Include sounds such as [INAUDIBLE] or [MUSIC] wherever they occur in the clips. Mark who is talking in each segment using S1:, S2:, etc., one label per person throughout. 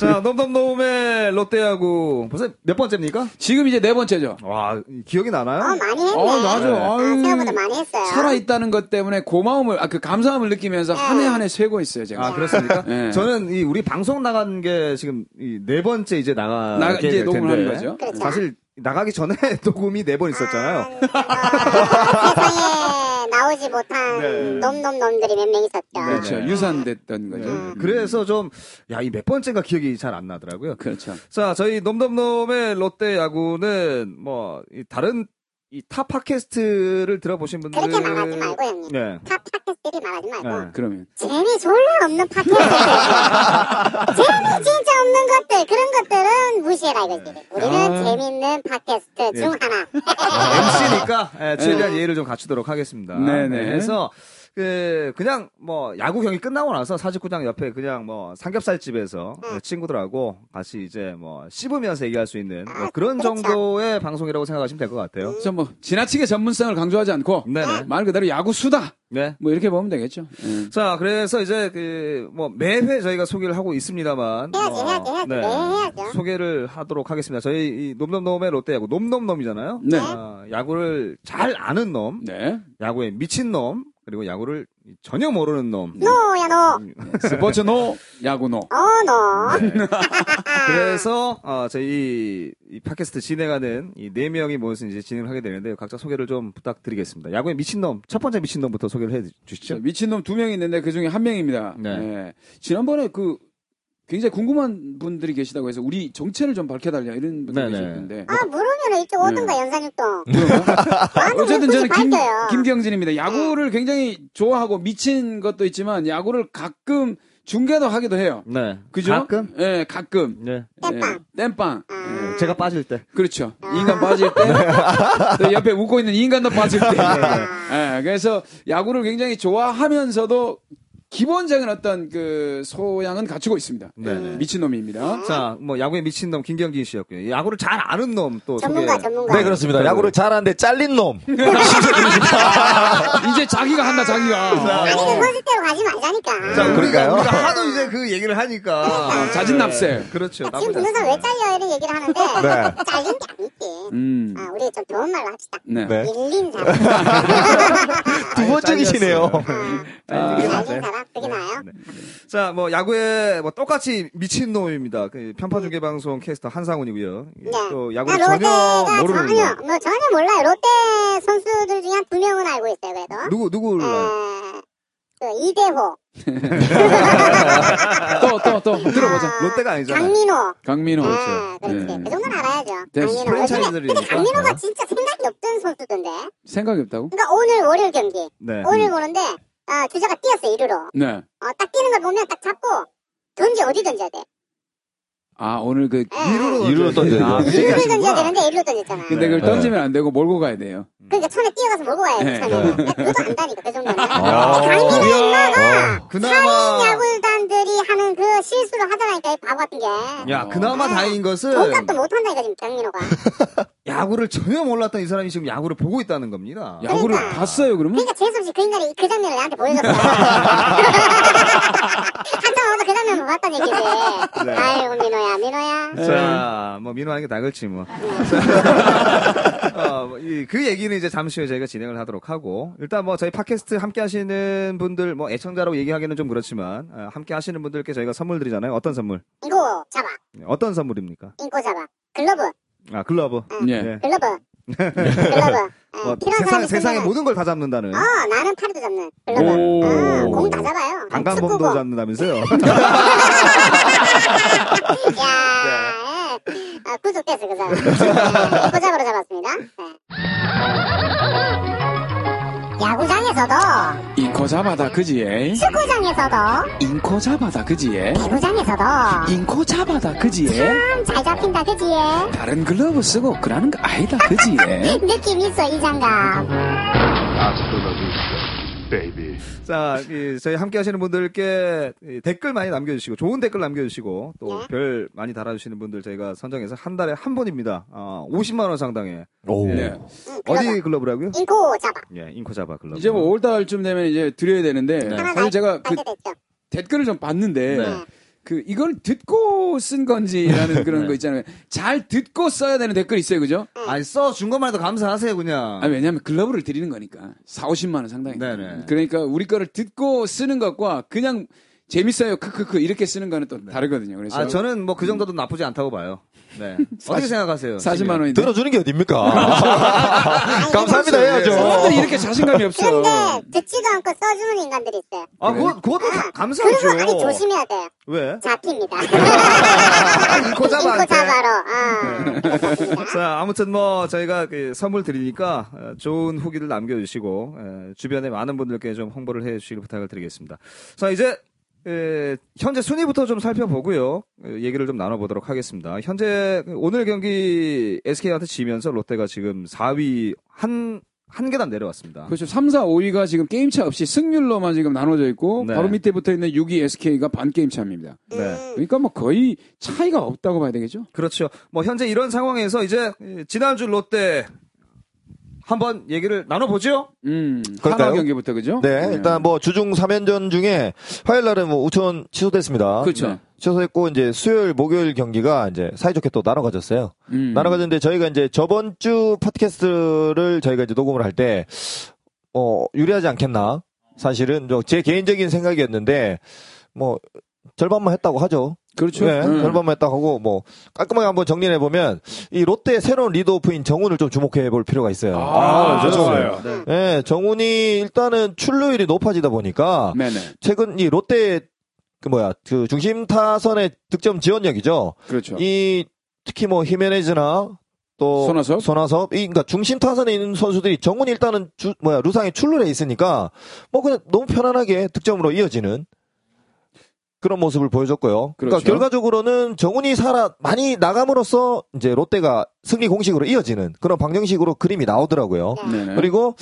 S1: 자, 넘넘넘의 롯데하고 벌써 몇 번째입니까?
S2: 지금 이제 네 번째죠.
S1: 와, 기억이 나나요?
S3: 어, 많이 했네.
S2: 어, 맞아.
S3: 네. 아,
S2: 아유.
S3: 생각보다 많이 했어요.
S2: 살아있다는 것 때문에 고마움을, 아, 그 감사함을 느끼면서
S3: 네.
S2: 한 해 한 해 세고 있어요, 제가.
S1: 아, 그렇습니까?
S2: 예.
S1: 저는 이 우리 방송 나간 게 지금 이 네 번째 이제 나가
S2: 나가- 이제 녹음을 하는 거죠.
S3: 그렇죠.
S1: 사실 나가기 전에 [LAUGHS] 녹음이 네 번 있었잖아요.
S3: 아, 어, [LAUGHS] 세상에 나오지 못한
S1: 네.
S3: 놈놈놈들이 몇 명 있었죠.
S2: 그렇죠.
S1: 네.
S2: 유산됐던 거죠.
S1: 네.
S2: 음.
S1: 그래서 좀, 야, 이 몇 번째가 기억이 잘 안 나더라고요.
S2: 그렇죠.
S1: 자, 저희 놈놈놈의 롯데 야구는 뭐, 이 다른 이 타 팟캐스트를 들어보신 분들.
S3: 그렇게 말하지 말고 형님.
S1: 음. 네.
S3: 탑 팟캐스트들이 말하지 말고
S1: 네.
S2: 그러면.
S3: 재미 졸라 없는 팟캐스트 재미 진짜 없는 것들 그런 것들은 무시해라 이거지 우리는
S1: 아.
S3: 재미있는 팟캐스트 중 하나
S1: MC니까 최대한 아, 예의를 좀 갖추도록 하겠습니다.
S2: 네. 네네.
S1: 그래서 그 그냥 뭐 야구 경기 끝나고 나서 사직구장 옆에 그냥 뭐 삼겹살 집에서
S3: 음.
S1: 그 친구들하고 같이 이제 뭐 씹으면서 얘기할 수 있는 뭐 그런
S3: 그렇죠. 음.
S1: 정도의 방송이라고 생각하시면 될 것 같아요.
S2: 그래서 뭐, 지나치게 전문성을 강조하지 않고,
S1: 네네.
S2: 말 그대로 야구수다!
S1: 네.
S2: 뭐, 이렇게 보면 되겠죠. 예.
S1: 자, 그래서 이제 그 뭐 매회 저희가 소개를 하고 있습니다만
S3: 해야지,
S1: 어,
S3: 해야지, 해야지. 매회 해야죠.
S1: 소개를 하도록 하겠습니다. 저희 이 놈놈놈의 롯데야구 놈놈놈이잖아요.
S2: 네.
S1: 아, 야구를 잘 아는 놈,
S2: 네.
S1: 야구에 미친 놈, 그리고 야구를 전혀 모르는 놈.
S3: 노야 노
S2: 스포츠 노, 야구 노.
S1: 네.
S3: 어노
S1: [LAUGHS] 그래서 어, 저희 이, 이 팟캐스트 진행하는 이 네 명이 모여서 이제 진행을 하게 되는데 각자 소개를 좀 부탁드리겠습니다. 야구의 미친놈 첫 번째 미친놈부터 소개를 해주시죠.
S2: 미친놈 두 명 있는데 그 중에 한 명입니다.
S1: 네.
S2: 예. 지난번에 그 굉장히 궁금한 분들이 계시다고 해서 우리 정체를 좀 밝혀달라 이런 분들이
S1: 네네. 아,
S2: 계셨는데. 뭐,
S3: 아 물으면 이쪽 오든가 연산육동 나는
S2: 어쨌든 저는 김,
S3: 밝혀요 아.
S2: 김경진입니다. 야구를 굉장히 좋아하고 미친 것도 있지만 야구를 가끔 중계도 하기도 해요.
S1: 네.
S2: 그죠?
S1: 가끔?
S2: 예, 가끔.
S1: 네.
S3: 땜빵.
S2: 예, 땜빵.
S3: 아,
S1: 제가 빠질 때.
S2: 그렇죠. 인간 빠질 때, 또 옆에 웃고 있는 인간도 빠질 때. 예, 그래서 야구를 굉장히 좋아하면서도 기본적인 어떤 그 소양은 갖추고 있습니다.
S1: 네네.
S2: 미친놈입니다.
S1: 자, 뭐 야구의 미친놈 김경진 씨였고요. 야구를 잘 아는 놈 또 소개.
S3: 전문가 전문가
S4: 네, 그렇습니다. 야구를 잘하는데 잘린 놈.
S2: 이제 자기가 한다, 자기가.
S3: 아니 그거 실대로 가지 말자니까
S1: 어. 자, 우리가,
S4: 그러니까요.
S1: 우리가 하도 이제 그 얘기를 하니까
S2: 어, 자진납세.
S1: 네, 그렇죠.
S3: 아, 지금
S1: 나쁘지
S3: 분사
S1: 않습니다.
S3: 왜 잘려 이런 얘기를
S1: [LAUGHS]
S3: 하는데
S4: 네.
S3: 잘린 게 아니지
S2: 음.
S3: 아, 우리 좀 좋은 말로 합시다
S2: 네.
S4: 네.
S3: 밀린
S1: [LAUGHS]
S3: 사람 아,
S4: 두 번째이시네요.
S1: 아, 이게 맞아요.
S3: 잘린 사람 그게 나아요
S1: 자, 뭐 야구에 뭐 똑같이 미친 놈입니다. 그 편파 중계 방송 캐스터 한상훈이고요. 예,
S3: 네.
S1: 또
S3: 아,
S1: 야구를 전혀
S3: 롯데가
S1: 모르는
S3: 전혀
S1: 놈.
S3: 뭐 전혀 몰라요. 롯데 선수들 중에 한 두 명은 알고 있어요. 그래도
S1: 누구 누구를 알아요?
S3: 에, 그
S1: [LAUGHS]
S3: 이대호,
S2: 또, 또, 또. 들어보자.
S1: 롯데가 아니잖아.
S3: 강민호,
S2: 강민호.
S3: 아, 그렇지.
S2: 네.
S3: 그 정도는 알아야죠.
S2: 대신
S3: 강민호.
S1: 프랜차이즈들이니까.
S3: 근데 강민호가 진짜 생각이 없던 선수던데.
S2: 생각이 없다고?
S3: 그러니까 오늘 월요일 경기,
S1: 네.
S3: 오늘 보는데 아, 주자가 뛰었어 이루로.
S2: 네.
S3: 어, 딱 뛰는 걸 보면 딱 잡고 던져 어디 던져야 돼.
S2: 아, 오늘 그.
S3: 예.
S4: 이루로 던져요.
S1: 아, 그
S3: 이루를
S1: 얘기하시는구나.
S3: 던져야 되는데 일루 던졌잖아.
S2: 근데 그걸
S4: 네.
S2: 던지면 안 되고 몰고 가야 돼요.
S3: 그러니까 처음에 뛰어가서 몰고 가야
S2: 네.
S3: 돼. 처음에. 근데 그것도 안다니까 그 정도는.
S4: 아.
S3: 강민호 인마가
S1: 어. 그나마
S3: 야구단들이 하는 그 실수를 하더라니까 이 바보 같은 게
S1: 야,
S3: 아,
S1: 그나마 다행인 것은
S3: 돈값도 못한다니까 지금 경민호가
S1: 야구를 전혀 몰랐던 이 사람이 지금 야구를 보고 있다는 겁니다.
S2: 야구를
S3: 그러니까.
S2: 봤어요, 그러면?
S3: 그러니까 재수없이 그 인간이 그 장면을 나한테 보여줬어 한참 와서 그 장면을 봤단 얘기지 아이고 민호야 민호야
S1: 자, 뭐 민호하는 게 나을지 뭐. 어, 뭐 이- 그 얘기는 이제 잠시 후에 저희가 진행을 하도록 하고 일단 뭐 저희 팟캐스트 함께 하시는 분들 뭐 애청자라고 얘기하기는 좀 그렇지만 어, 함께 하시는 분들께 저희가 선물 드리잖아요. 어떤 선물? 네,
S3: 인고 잡아
S1: 어떤 선물입니까?
S3: 인고 잡아 글러브
S1: 아, 글러브.
S2: 예.
S3: 그러니까.
S1: 네.
S3: 글러브 글러브 예,
S1: 뭐
S3: 필요한
S1: 세상
S3: 사람이
S1: 세상의
S3: 있으면은-
S1: 모든 걸 다 잡는다는
S3: 어 나는 팔도 잡는 글러브 아,
S2: 오.
S3: 공 다 잡아요
S1: 방광봉도
S3: 축구공. [LAUGHS]
S1: 잡는다면서요.
S3: 야,
S1: 네.
S3: 예. 아, 구속됐어 그 사람. 예, 포잡으로 잡았습니다. 예. 야구장에서도
S2: 인코 잡아다, 그지? 예?
S3: 축구장에서도
S2: 인코 잡아다, 그지? 예?
S3: 배구장에서도
S2: 인코 잡아다, 그지? 예?
S3: 참 잘 잡힌다 그지?
S2: 다른 글러브 쓰고 그러는 거 아니다, 그지?
S4: 네.
S2: 예?
S3: 느낌 있어 이 장갑.
S5: Hasta la vista, baby.
S1: 자, 이 저희 함께 하시는 분들께 이 댓글 많이 남겨주시고, 좋은 댓글 남겨주시고,
S3: 네.
S1: 또 별 많이 달아주시는 분들 저희가 선정해서 한 달에 한 번입니다. 어, 50만원 상당의.
S4: 오.
S2: 네.
S3: 응,
S1: 어디 글러브라고요?
S3: 인코 잡아.
S1: 예, 인코 잡아 글러브.
S2: 이제 뭐 5월달쯤 되면 이제 드려야 되는데,
S3: 하나
S2: 사실 제가 그
S3: 발견됐죠.
S2: 댓글을 좀 봤는데,
S1: 네. 네.
S2: 그 이걸 듣고 쓴
S1: [LAUGHS]
S2: 건지라는 그런 거 있잖아요. 잘 듣고 써야 되는 댓글 있어요, 그죠?
S1: 아니 써준 것만 해도 감사하세요 그냥.
S2: 아 왜냐하면 글러브를 드리는 거니까 4, 50만 원 상당히.
S1: 네네.
S2: 그러니까 우리 거를 듣고 쓰는 것과 그냥 재밌어요, 크크크 이렇게 쓰는 거는 또 다르거든요. 그래서
S1: 아, 저는 뭐 그 정도도 나쁘지 않다고 봐요.
S4: [LAUGHS]
S1: 네. 어떻게 생각하세요?
S2: 40만 원인데.
S4: 들어주는 게 어딥니까? [LAUGHS] 감사합니다 해야죠.
S2: 사람들이 이렇게 자신감이 없어.
S3: 그런데 듣지도 않고 써주는 인간들이 있어요.
S1: 아,
S2: 그래?
S1: 그거, 그것도 다 감사하죠.
S3: 그리고 아니 조심해야 돼요.
S1: 왜?
S3: 잡힙니다.
S1: 인코 잡아.
S3: 인코 잡아로. 아.
S1: 자, 아무튼 뭐 저희가 그 선물 드리니까 어, 좋은 후기를 남겨주시고 에, 주변에 많은 분들께 좀 홍보를 해주시길 부탁을 드리겠습니다. 자, 이제 에, 현재 순위부터 좀 살펴보고요. 에, 얘기를 좀 나눠보도록 하겠습니다. 현재 오늘 경기 SK한테 지면서 롯데가 지금 4위 한, 한 계단 내려왔습니다.
S2: 그렇죠. 3, 4, 5위가 지금 게임차 없이 승률로만 지금 나눠져 있고
S1: 네.
S2: 바로 밑에 붙어 있는 6위 SK가 반 게임 차입니다.
S1: 네.
S2: 그러니까 뭐 거의 차이가 없다고 봐야 되겠죠.
S1: 그렇죠. 뭐 현재 이런 상황에서 이제 에, 지난주 롯데 한번 얘기를 나눠보죠.
S2: 음.
S4: 그럴까요?
S2: 하나 경기부터 그죠?
S4: 네, 일단 뭐 주중 3연전 중에 화요일 날은 뭐 우천 취소됐습니다.
S2: 그렇죠.
S4: 네. 취소했고 이제 수요일 목요일 경기가 이제 사이좋게 또 나눠 가졌어요.
S2: 음.
S4: 나눠 가졌는데 저희가 이제 저번 주 팟캐스트를 저희가 이제 녹음을 할 때 어, 유리하지 않겠나? 사실은 저제 개인적인 생각이었는데 뭐 절반만 했다고 하죠.
S2: 그렇죠.
S4: 네,
S2: 음.
S4: 절반만 했다고 하고 뭐 깔끔하게 한번 정리해 보면 이 롯데의 새로운 리드오프인 정훈을 좀 주목해 볼 필요가 있어요.
S2: 아,
S4: 그렇죠.
S2: 좋아요.
S1: 네.
S4: 예, 정훈이 일단은 출루율이 높아지다 보니까
S2: 네네.
S4: 최근 이 롯데 그 뭐야 그 중심 타선의 득점 지원력이죠.
S2: 그렇죠.
S4: 이뭐 특히 뭐 히메네즈나 또
S2: 손아섭?
S4: 손아섭 이 그러니까 중심 타선에 있는 선수들이 정훈이 일단은 주, 뭐야 루상에 출루에 있으니까 뭐 그냥 너무 편안하게 득점으로 이어지는 그런 모습을 보여줬고요. 그러니까
S2: 그렇죠.
S4: 결과적으로는 정훈이 살아 많이 나감으로써 이제 롯데가 승리 공식으로 이어지는 그런 방정식으로 그림이 나오더라고요.
S2: 네네.
S4: 그리고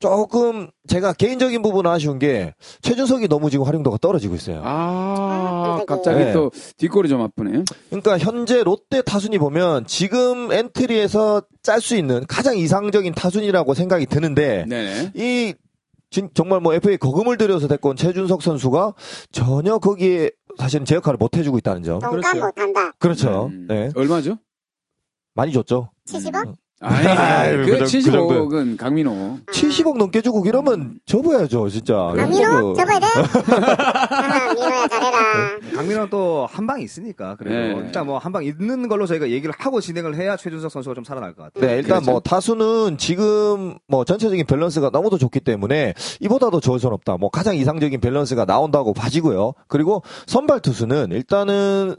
S4: 조금 제가 개인적인 부분은 아쉬운 게 최준석이 너무 지금 활용도가 떨어지고 있어요.
S2: 아,
S3: 아,
S2: 갑자기
S4: 네.
S2: 또 뒷골이 좀 아프네.
S4: 그러니까 현재 롯데 타순이 보면 지금 엔트리에서 짤 수 있는 가장 이상적인 타순이라고 생각이 드는데
S2: 네네.
S4: 이 진- 정말 뭐 FA 거금을 들여서 데리고 온 최준석 선수가 전혀 거기에 사실은 제 역할을 못 해주고 있다는 점.
S3: 공감 못한다.
S4: 그렇죠.
S2: 음.
S4: 네.
S2: 얼마죠?
S4: 많이 줬죠.
S3: 70억?
S2: 아니,
S4: [LAUGHS] 아이,
S2: 그
S4: 그 정도.
S2: 75억은 강민호.
S4: 70억 넘게 주고 이러면 접어야죠, 진짜. 그
S3: 아, 민호? 접어야 돼? 아, 민호야, 잘해라.
S1: 강민호는 또 한 방 있으니까 그래도
S2: 네.
S1: 일단 뭐 한 방 있는 걸로 저희가 얘기를 하고 진행을 해야 최준석 선수가 좀 살아날 것 같아요.
S4: 네, 일단
S2: 그렇죠.
S4: 뭐 타수는 지금 뭐 전체적인 밸런스가 너무도 좋기 때문에 이보다도 좋을 순 없다. 뭐 가장 이상적인 밸런스가 나온다고 봐지고요. 그리고 선발 투수는 일단은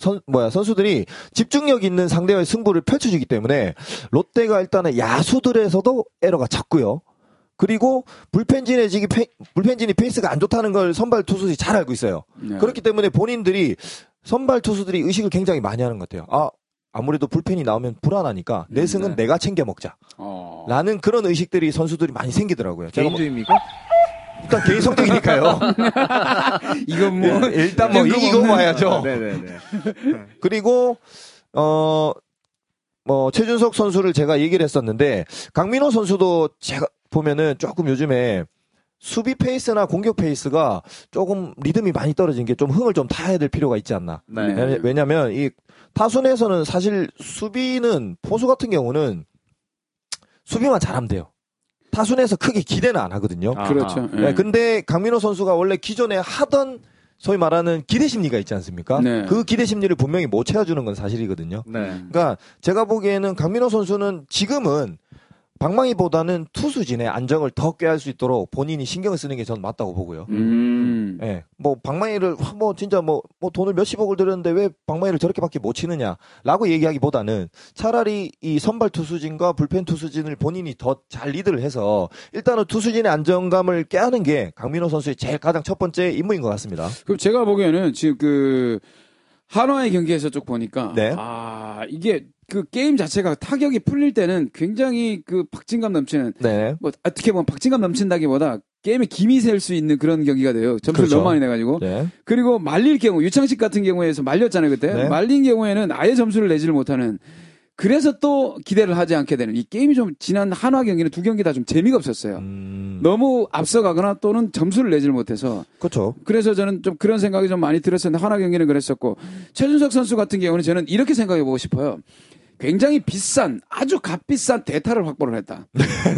S4: 선 뭐야 선수들이 집중력 있는 상대와의 승부를 펼쳐주기 때문에 롯데가 일단은 야수들에서도 에러가 작고요. 그리고 불펜진의 지기 페- 불펜진이 페이스가 안 좋다는 걸 선발 투수들이 잘 알고 있어요.
S2: 네.
S4: 그렇기 때문에 본인들이 선발 투수들이 의식을 굉장히 많이 하는 것 같아요. 아 아무래도 불펜이 나오면 불안하니까 내 승은
S2: 네.
S4: 내가 챙겨 먹자라는
S2: 어.
S4: 그런 의식들이 선수들이 많이 생기더라고요. 제가 뭐
S1: 개인주의입니까?
S4: 일단
S2: [LAUGHS]
S4: 개인 성격이니까요.
S2: 이건 뭐.
S1: [LAUGHS]
S4: 일단 뭐
S2: 뜬금없는- 아,
S4: 이기고 와야죠.
S1: 네네네.
S4: 그리고 어. 뭐 최준석 선수를 제가 얘기를 했었는데 강민호 선수도 제가 보면은 조금 요즘에 수비 페이스나 공격 페이스가 조금 리듬이 많이 떨어진 게 좀 흥을 좀 타야 될 필요가 있지 않나.
S1: 네.
S2: 네.
S4: 왜냐- 왜냐면 이 타순에서는 사실 수비는 포수 같은 경우는 수비만 잘하면 돼요. 타순에서 크게 기대는 안 하거든요.
S1: 아.
S2: [LAUGHS] 그렇죠.
S1: 아하.
S2: 예.
S4: 네, 근데 강민호 선수가 원래 기존에 하던 소위 말하는 기대 심리가 있지 않습니까?
S2: 네.
S4: 그 기대 심리를 분명히 못 채워주는 건 사실이거든요.
S1: 네.
S4: 그러니까 제가 보기에는 강민호 선수는 지금은 방망이보다는 투수진의 안정을 더 꾀할 수 있도록 본인이 신경을 쓰는 게 저는 맞다고 보고요.
S2: 음.
S4: 예, 뭐 방망이를 확 뭐 진짜 뭐 뭐 돈을 몇십억을 들였는데 왜 방망이를 저렇게밖에 못 치느냐라고 얘기하기보다는 차라리 이 선발 투수진과 불펜 투수진을 본인이 더 잘 리드를 해서 일단은 투수진의 안정감을 깨하는 게 강민호 선수의 제일 가장 첫 번째 임무인 것 같습니다.
S2: 그럼 제가 보기에는 지금 그 한화의 경기에서 쭉 보니까
S4: 네.
S2: 아 이게 그 게임 자체가 타격이 풀릴 때는 굉장히 그 박진감 넘치는
S4: 네.
S2: 뭐 어떻게 보면 박진감 넘친다기보다 게임에 김이 셀 수 있는 그런 경기가 돼요. 점수를
S4: 그렇죠.
S2: 너무 많이 내가지고
S4: 네.
S2: 그리고 말릴 경우 유창식 같은 경우에서 말렸잖아요 그때
S4: 네.
S2: 말린 경우에는 아예 점수를 내지를 못하는 그래서 또 기대를 하지 않게 되는 이 게임이 좀 지난 한화 경기는 두 경기 다 좀 재미가 없었어요.
S4: 음,
S2: 너무 앞서가거나 또는 점수를 내질 못해서
S4: 그렇죠.
S2: 그래서 저는 좀 그런 생각이 좀 많이 들었었는데 하나 경기는 그랬었고 최준석 선수 같은 경우는 저는 이렇게 생각해 보고 싶어요. 굉장히 비싼 아주 값비싼 대타를 확보를 했다.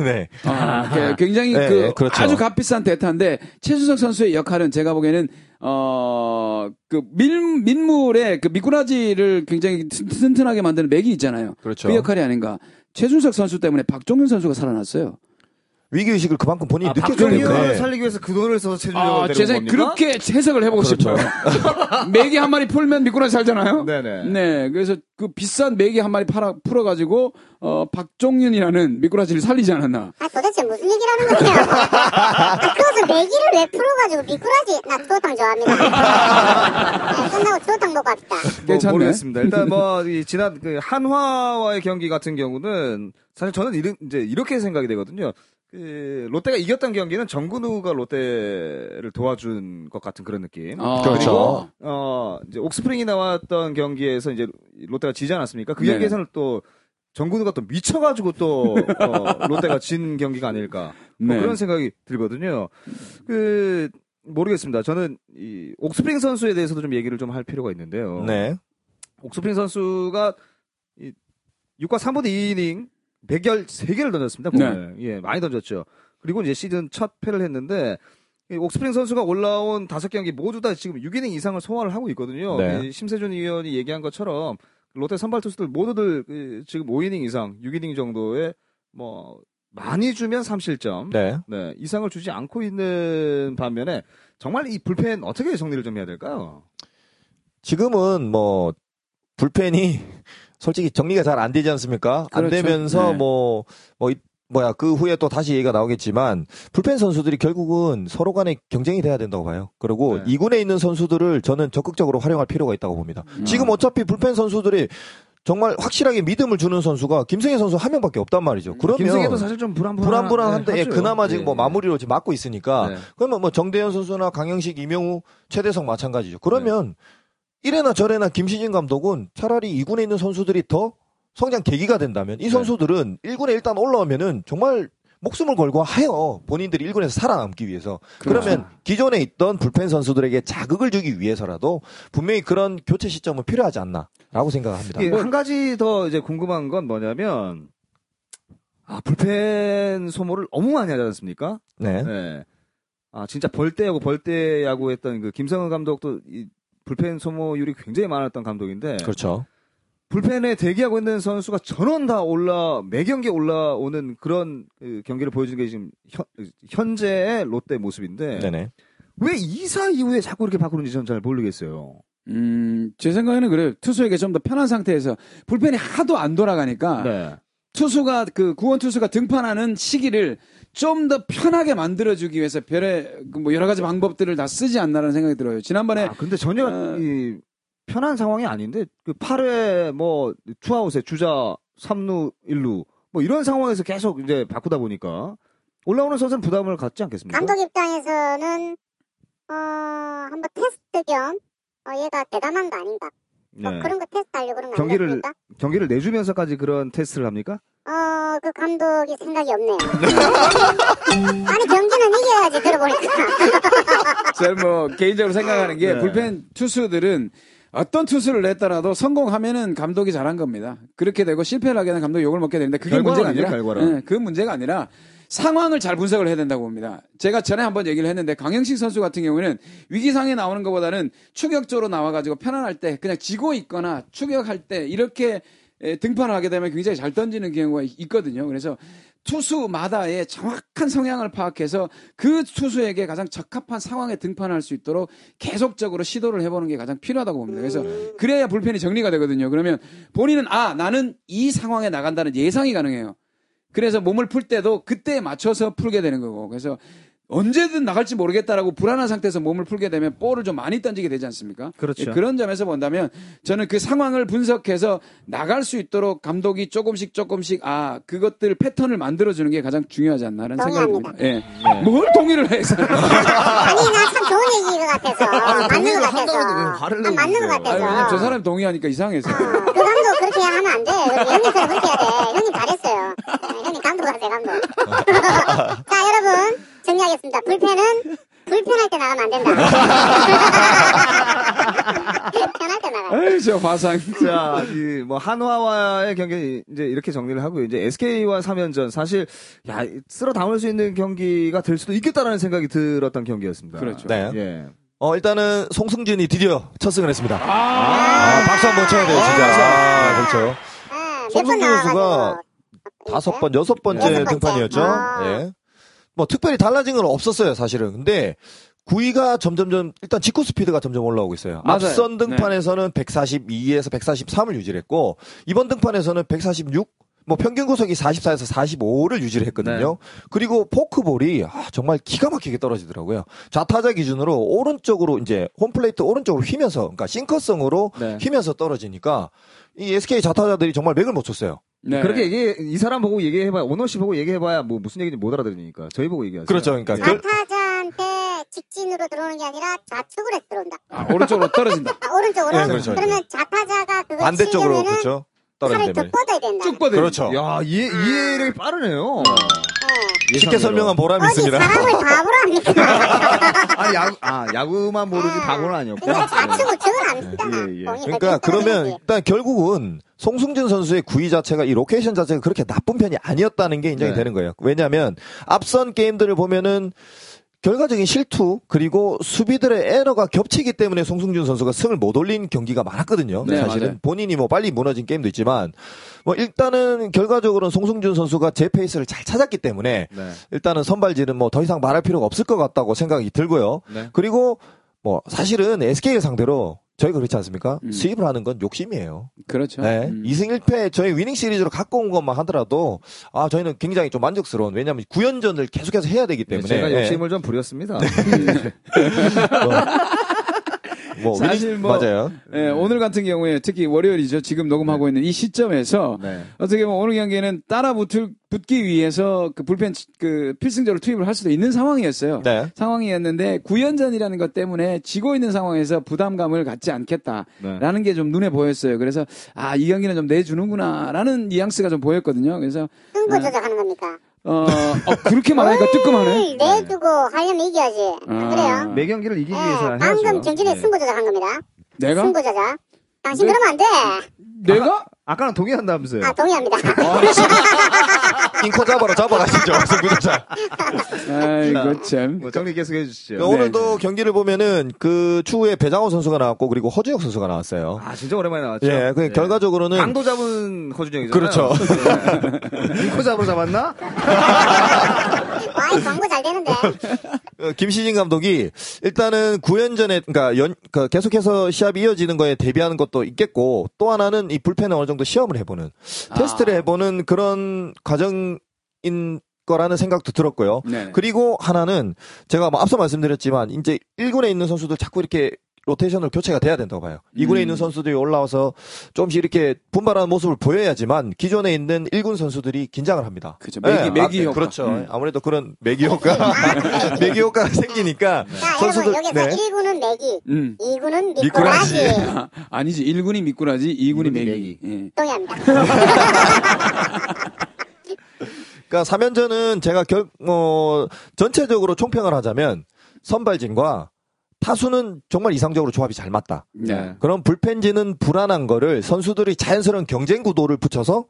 S4: 네.
S2: 아, 그 굉장히
S4: 네,
S2: 그
S4: 그렇죠.
S2: 아주 값비싼 대타인데 최준석 선수의 역할은 제가 보기에는 어그 민물에 그 미꾸라지를 굉장히 튼- 튼튼하게 만드는 맥이 있잖아요.
S4: 그렇죠.
S2: 그 역할이 아닌가. 최준석 선수 때문에 박종윤 선수가 살아났어요.
S4: 위기 의식을 그만큼 본인이
S1: 박종윤을
S4: 느꼈거든요. 네.
S1: 아, 살리기 위해서 그 돈을 써서 체중을
S2: 아,
S1: 내는
S2: 제 생각에
S1: 겁니까? 그렇죠.
S2: 그렇게 해석을 해보고 싶어요.
S1: [LAUGHS]
S2: 메기 한 마리 풀면 미꾸라지 살잖아요.
S1: 네네.
S2: 네, 그래서 그 비싼 메기 한 마리 팔아 풀어가지고 어 박종윤이라는 미꾸라지를 살리지 않았나.
S3: 아 도대체 무슨 얘기를 하는 거냐? 아, 그것은 매기를 왜 풀어가지고 미꾸라지? 나 추어탕 좋아합니다. 네, 끝나고 추어탕 먹고 합시다.
S1: 뭐
S2: 괜찮네.
S1: 모르겠습니다. 일단
S2: [LAUGHS]
S1: 뭐, 이 지난 그 한화와의 경기 같은 경우는 사실 저는 이런, 이제 이렇게 생각이 되거든요. 그 롯데가 이겼던 경기는 정근우가 롯데를 도와준 것 같은 그런 느낌.
S2: 아,
S4: 그렇죠.
S1: 어, 이제 옥스프링이 나왔던 경기에서 이제 롯데가 지지 않았습니까? 그
S2: 네네.
S1: 경기에서는 또 정근우가 또 미쳐가지고 또
S2: [LAUGHS]
S1: 어, 롯데가 진 경기가 아닐까 뭐
S2: 네.
S1: 그런 생각이 들거든요. 그 모르겠습니다. 저는 이 옥스프링 선수에 대해서도 좀 얘기를 좀 할 필요가 있는데요.
S4: 네.
S1: 옥스프링 선수가 이 6과 3분의 2이닝 100열 3개를 던졌습니다. 공을.
S4: 네.
S1: 예, 많이 던졌죠. 그리고 이제 시즌 첫 패를 했는데 이 옥스프링 선수가 올라온 다섯 경기 모두 다 지금 6이닝 이상을 소화를 하고 있거든요.
S4: 네.
S1: 이 심세준 의원이 얘기한 것처럼 롯데 선발 투수들 모두들 그 지금 5이닝 이상, 6이닝 정도에 뭐 많이 주면 3실점,
S4: 네.
S1: 네, 이상을 주지 않고 있는 반면에 정말 이 불펜 어떻게 정리를 좀 해야 될까요?
S4: 지금은 뭐 불펜이 [LAUGHS] 솔직히 정리가 잘 안 되지 않습니까? 안
S2: 그렇죠.
S4: 되면서
S2: 네.
S4: 뭐, 뭐 이- 뭐야 그 후에 또 다시 얘기가 나오겠지만 불펜 선수들이 결국은 서로 간에 경쟁이 돼야 된다고 봐요. 그리고
S1: 네.
S4: 이군에 있는 선수들을 저는 적극적으로 활용할 필요가 있다고 봅니다. 음.
S1: 음.
S4: 지금 어차피 불펜 선수들이 정말 확실하게 믿음을 주는 선수가 김승현 선수 한 명밖에 없단 말이죠.
S1: 음. 김승희도
S4: 그러면
S1: 사실 좀 불안불안
S4: 불안불안한데 예,
S1: 하죠.
S4: 그나마
S1: 예,
S4: 지금 뭐
S1: 예.
S4: 마무리로 지금 막고 있으니까
S1: 네.
S4: 그러면 뭐 정대현 선수나 강영식, 이명우, 최대성 마찬가지죠. 그러면 이래나 저래나 김시진 감독은 차라리 2군에 있는 선수들이 더 성장 계기가 된다면 이 선수들은 1군에 일단 올라오면은 정말 목숨을 걸고 하여 본인들이 1군에서 살아남기 위해서 그러면 기존에 있던 불펜 선수들에게 자극을 주기 위해서라도 분명히 그런 교체 시점은 필요하지 않나라고 생각합니다.
S1: 예, 한 가지 더 이제 궁금한 건 뭐냐면 아 불펜 소모를 너무 많이 하지 않습니까?
S4: 네.
S1: 네. 아 진짜 벌떼야구 벌떼야구 했던 그 김성은 감독도 이 불펜 소모율이 굉장히 많았던 감독인데
S4: 그렇죠.
S1: 불펜에 대기하고 있는 선수가 전원 다 올라 매 경기 올라오는 그런 그 경기를 보여주는 게 지금 현, 현재의 롯데 모습인데
S4: 네, 네.
S1: 왜 이사 이후에 자꾸 이렇게 바꾸는지 저는 잘 모르겠어요.
S2: 음, 제 생각에는 그래요. 투수에게 좀 더 편한 상태에서 불펜이 하도 안 돌아가니까
S1: 네.
S2: 투수가 그 구원 투수가 등판하는 시기를 좀 더 편하게 만들어주기 위해서 별의 그뭐 여러 가지 방법들을 다 쓰지 않나라는 생각이 들어요. 지난번에
S1: 아, 근데 전혀
S2: 어.
S1: 이 편한 상황이 아닌데 그 8회 뭐 투아웃에 주자 3루 1루 뭐 이런 상황에서 계속 이제 바꾸다 보니까 올라오는 선수는 부담을 갖지 않겠습니까?
S3: 감독 입장에서는 어 한번 테스트 겸 어, 얘가 대담한 거 아닌가?
S1: 네.
S3: 어, 그런 거 테스트하려고 그런 거
S1: 경기를-
S3: 아니었습니까?
S1: 경기를 내주면서까지 그런 테스트를 합니까?
S3: 어그 감독이 생각이 없네요. [LAUGHS] 아니 경기는 이겨야지 들어보니까. [LAUGHS]
S2: 제가 뭐 개인적으로 생각하는 게
S1: 네.
S2: 불펜 투수들은 어떤 투수를 냈더라도 성공하면은 감독이 잘한 겁니다. 그렇게 되고 실패를 하게 되면 감독이 욕을 먹게 되는데 그게 문제가
S1: 결과라죠,
S2: 아니라
S1: 결과라.
S2: 예, 그 문제가 아니라 상황을 잘 분석을 해야 된다고 봅니다. 제가 전에 한번 얘기를 했는데 강영식 선수 같은 경우에는 위기상에 나오는 것보다는 추격적으로 나와가지고 편안할 때 그냥 지고 있거나 추격할 때 이렇게 에, 등판을 하게 되면 굉장히 잘 던지는 경우가 있- 있거든요. 그래서 투수마다의 정확한 성향을 파악해서 그 투수에게 가장 적합한 상황에 등판할 수 있도록 계속적으로 시도를 해보는 게 가장 필요하다고 봅니다. 그래서 그래야 불펜이 정리가 되거든요. 그러면 본인은 아 나는 이 상황에 나간다는 예상이 가능해요. 그래서 몸을 풀 때도 그때에 맞춰서 풀게 되는 거고. 그래서 언제든 나갈지 모르겠다라고 불안한 상태에서 몸을 풀게 되면 볼을 좀 많이 던지게 되지 않습니까?
S1: 그렇죠.
S2: 예, 그런 점에서 본다면 저는 그 상황을 분석해서 나갈 수 있도록 감독이 조금씩 조금씩 아 그것들 패턴을 만들어 주는 게 가장 중요하지 않나라는 생각이 듭니다.
S3: 동의합니다.
S2: 예.
S1: 네.
S2: 뭘 동의를 해서
S3: 아니 나 참 좋은 얘기인 것 같아서 맞는
S6: 동의를
S3: 것
S6: 한다고
S3: 같아서
S6: 했는데 왜 화를 내고
S3: 난 맞는 것
S6: 그러세요?
S2: 아니, 왜냐면 저
S3: 같아서
S2: 사람이 동의하니까 이상해서.
S3: 그 감독 그렇게 하면 안 돼. 형님처럼 그렇게 해야 돼. 형님 잘했어요. 네, 형님 감독하세요, 감독. [LAUGHS] 자, 여러분. 정리하겠습니다. 불펜은 불편할 때 나가면 안 된다. [LAUGHS] 편할 때 나가요.
S2: 에이, 저 화상.
S3: 음.
S1: 자, 이 뭐 한화와의 경기 이제 이렇게 정리를 하고 이제 SK와 3연전 사실 야, 이 쓸어 담을 수 있는 경기가 될 수도 있겠다라는 생각이 들었던 경기였습니다.
S2: 그렇죠.
S4: 네.
S1: 예.
S4: 어, 일단은 송승준이 드디어 첫 승을 했습니다.
S2: 아,
S4: 아, 박수 한번 쳐야 돼요, 진짜. 아, 그렇죠.
S3: 네, 몇 번
S4: 손흥민
S3: 나와가지고.
S4: 선수가 다섯 번, 어? 여섯
S3: 여섯
S4: 번째
S3: 번째.
S4: 등판이었죠.
S3: 아.
S4: 예. 뭐 특별히 달라진 건 없었어요, 사실은. 근데 9위가 점점점 일단 직구 스피드가 점점 올라오고 있어요.
S2: 맞아요. 네.
S4: 앞선 등판에서는 142에서 143을 유지했고 이번 등판에서는 146. 뭐 평균 구속이 44에서 45를 유지를
S2: 네.
S4: 했거든요. 그리고 포크볼이 아, 정말 기가 막히게 떨어지더라고요. 좌타자 기준으로 오른쪽으로 이제 홈플레이트 오른쪽으로 휘면서 그러니까 싱커성으로
S2: 네.
S4: 휘면서 떨어지니까 이 SK 좌타자들이 정말 맥을 못 쳤어요.
S2: 네.
S1: 그렇게 얘기 이 사람 보고 얘기해봐야 오너 씨 보고 얘기해봐야 뭐 무슨 얘기인지 못 알아들으니까 저희 보고 얘기하세요.
S4: 그렇죠. 그러니까
S1: 예.
S4: 그-
S3: 좌타자한테 직진으로 들어오는 게 아니라 좌측으로 해서 들어온다.
S2: 아,
S1: [LAUGHS]
S2: 오른쪽으로 떨어진다.
S3: 아, 오른쪽으로?
S4: 네, 그렇죠.
S3: 러면 좌타자가 그걸
S4: 반대쪽으로
S3: 치려면은
S4: 그렇죠. 그러니까
S3: 팔을 쭉
S4: 떨어지게 되면
S3: 뻗어야 된다.
S2: 쭉 뻗어.
S4: 그렇죠.
S1: 야, 이해 이해력이 빠르네요.
S3: 예.
S4: 쉽게 설명한 보람이
S3: 어디
S4: 있습니다.
S3: 사람을 바보로 합니까?
S1: 아, 야구 아, 야구만 모르지
S3: 아,
S1: 방어는 아니었구나.
S4: [LAUGHS]
S3: 근데 좌측 우측은 안 쓰잖아.
S1: 예, 예.
S3: 공이
S4: [LAUGHS] 그러니까
S3: 어떻게
S4: 그러면
S3: 떨어지는지.
S4: 일단 결국은 송승준 선수의 구위 자체가 이 로케이션 자체가 그렇게 나쁜 편이 아니었다는 게 인정이
S1: 네.
S4: 되는 거예요. 왜냐하면 앞선 게임들을 보면은 결과적인 실투 그리고 수비들의 에러가 겹치기 때문에 송승준 선수가 승을 못 올린 경기가 많았거든요.
S2: 네,
S4: 사실은
S2: 맞아요.
S4: 본인이 뭐 빨리 무너진 게임도 있지만 뭐 일단은 결과적으로는 송승준 선수가 제 페이스를 잘 찾았기 때문에
S1: 네.
S4: 일단은 선발진은 뭐 더 이상 말할 필요가 없을 것 같다고 생각이 들고요.
S1: 네.
S4: 그리고 뭐 사실은 SK를 상대로 저희가 그렇지 않습니까?
S2: 음.
S4: 수입을 하는 건 욕심이에요.
S2: 그렇죠.
S4: 네.
S2: 음.
S4: 2승 1패 저희 위닝 시리즈로 갖고 온 것만 하더라도 아 저희는 굉장히 좀 만족스러운 왜냐하면 9연전을 계속해서 해야 되기 때문에
S1: 네, 제가
S4: 예.
S1: 욕심을 좀 부렸습니다.
S4: 뭐
S2: 사실
S4: 위닝-
S2: 뭐-
S4: 맞아요.
S2: 예, 오늘 같은 경우에 특히 월요일이죠. 지금 녹음하고 있는 이 시점에서
S1: 네.
S2: 어떻게 보면 오늘 경기는 따라 붙을, 붙기 위해서 그 불펜 치- 그 필승적으로 투입을 할 수도 있는 상황이었어요.
S4: 네.
S2: 상황이었는데 구연전이라는 것 때문에 지고 있는 상황에서 부담감을 갖지
S1: 네.
S3: 아,
S2: 않겠다라는 게 좀 눈에 보였어요. 그래서 아 이 경기는 좀 내주는구나라는 뉘앙스가 좀 보였거든요. 그래서
S3: 승부
S2: 네.
S4: 음.
S3: 조작하는 겁니까?
S2: 어, 어, 그렇게 말하니까
S3: 을
S2: 뜨끔하네.
S3: 내주고 하려면 이겨야지.
S2: 아.
S3: 그래요?
S1: 매 경기를 이기기 위해서
S3: 예,
S1: 해야죠.
S3: 방금 경진의
S1: 예.
S3: 승부 조작한 겁니다.
S2: 내가
S3: 승부 조작. 당신
S2: 네.
S3: 그러면 안 돼.
S2: 내가
S1: 아까랑
S4: 네.
S1: 동의한다면서요.
S3: 아 동의합니다. [LAUGHS]
S4: 인코 잡아라
S1: [LAUGHS]
S4: 잡아가시죠. 승부자.
S1: 네,
S2: 아이고 참.
S1: 뭐 정리 계속 해주시죠.
S4: 그러니까 오늘도 경기를 보면은 그 추후에 배장호 선수가 나왔고 그리고 허준혁 선수가 나왔어요.
S1: 아 진짜 오랜만에 나왔죠.
S4: 예, 그 결과적으로는
S1: 강도 잡은 허준영이잖아요. 예.
S4: 그렇죠.
S1: [LAUGHS] 인코 잡으로 잡았나?
S3: 와이 광고 잘 되는데.
S4: 어, 김시진 감독이 일단은 9연전에 그러니까 연- 그러니까 계속해서 시합이 이어지는 거에 대비하는 것도 있겠고 또 하나는 이 불펜을 어느 정도 시험을 해보는
S2: 아.
S4: 테스트를 해보는 그런 과정인 거라는 생각도 들었고요.
S2: 네.
S4: 그리고 하나는 제가 뭐 앞서 말씀드렸지만 이제 1군에 있는 선수들 자꾸 이렇게 로테이션으로 교체가 돼야 된다고 봐요. 2군에
S2: 음.
S4: 있는 선수들이 올라와서 조금씩 이렇게 분발하는 모습을 보여야지만 기존에 있는 1군 선수들이 긴장을 합니다.
S2: 그죠. 매기-
S4: 예,
S2: 매기
S4: 아,
S2: 효과.
S4: 그렇죠.
S2: 음.
S4: 아무래도 [LAUGHS] 그런 매기
S2: [LAUGHS]
S4: 효과. 매기 효과가
S3: [LAUGHS]
S4: 생기니까
S3: 아, 자
S4: 그러니까. 네. 선수들
S3: 여러분 여기서
S4: 네.
S3: 일 1군은 매기,
S2: 음.
S3: 2군은 미꾸라지.
S4: 미꾸라지.
S2: [LAUGHS] 아니지 1군이 미꾸라지 2군이
S1: 이군이
S2: 매기. 예.
S3: 동의합니다.
S1: 네,
S4: 그러니까 3연전은 제가 결, 어, 전체적으로 총평을 하자면 선발진과 타수는 정말 이상적으로 조합이 잘 맞다.
S2: 네.
S4: 그럼 불펜진은 불안한 거를 선수들이 자연스러운 경쟁 구도를 붙여서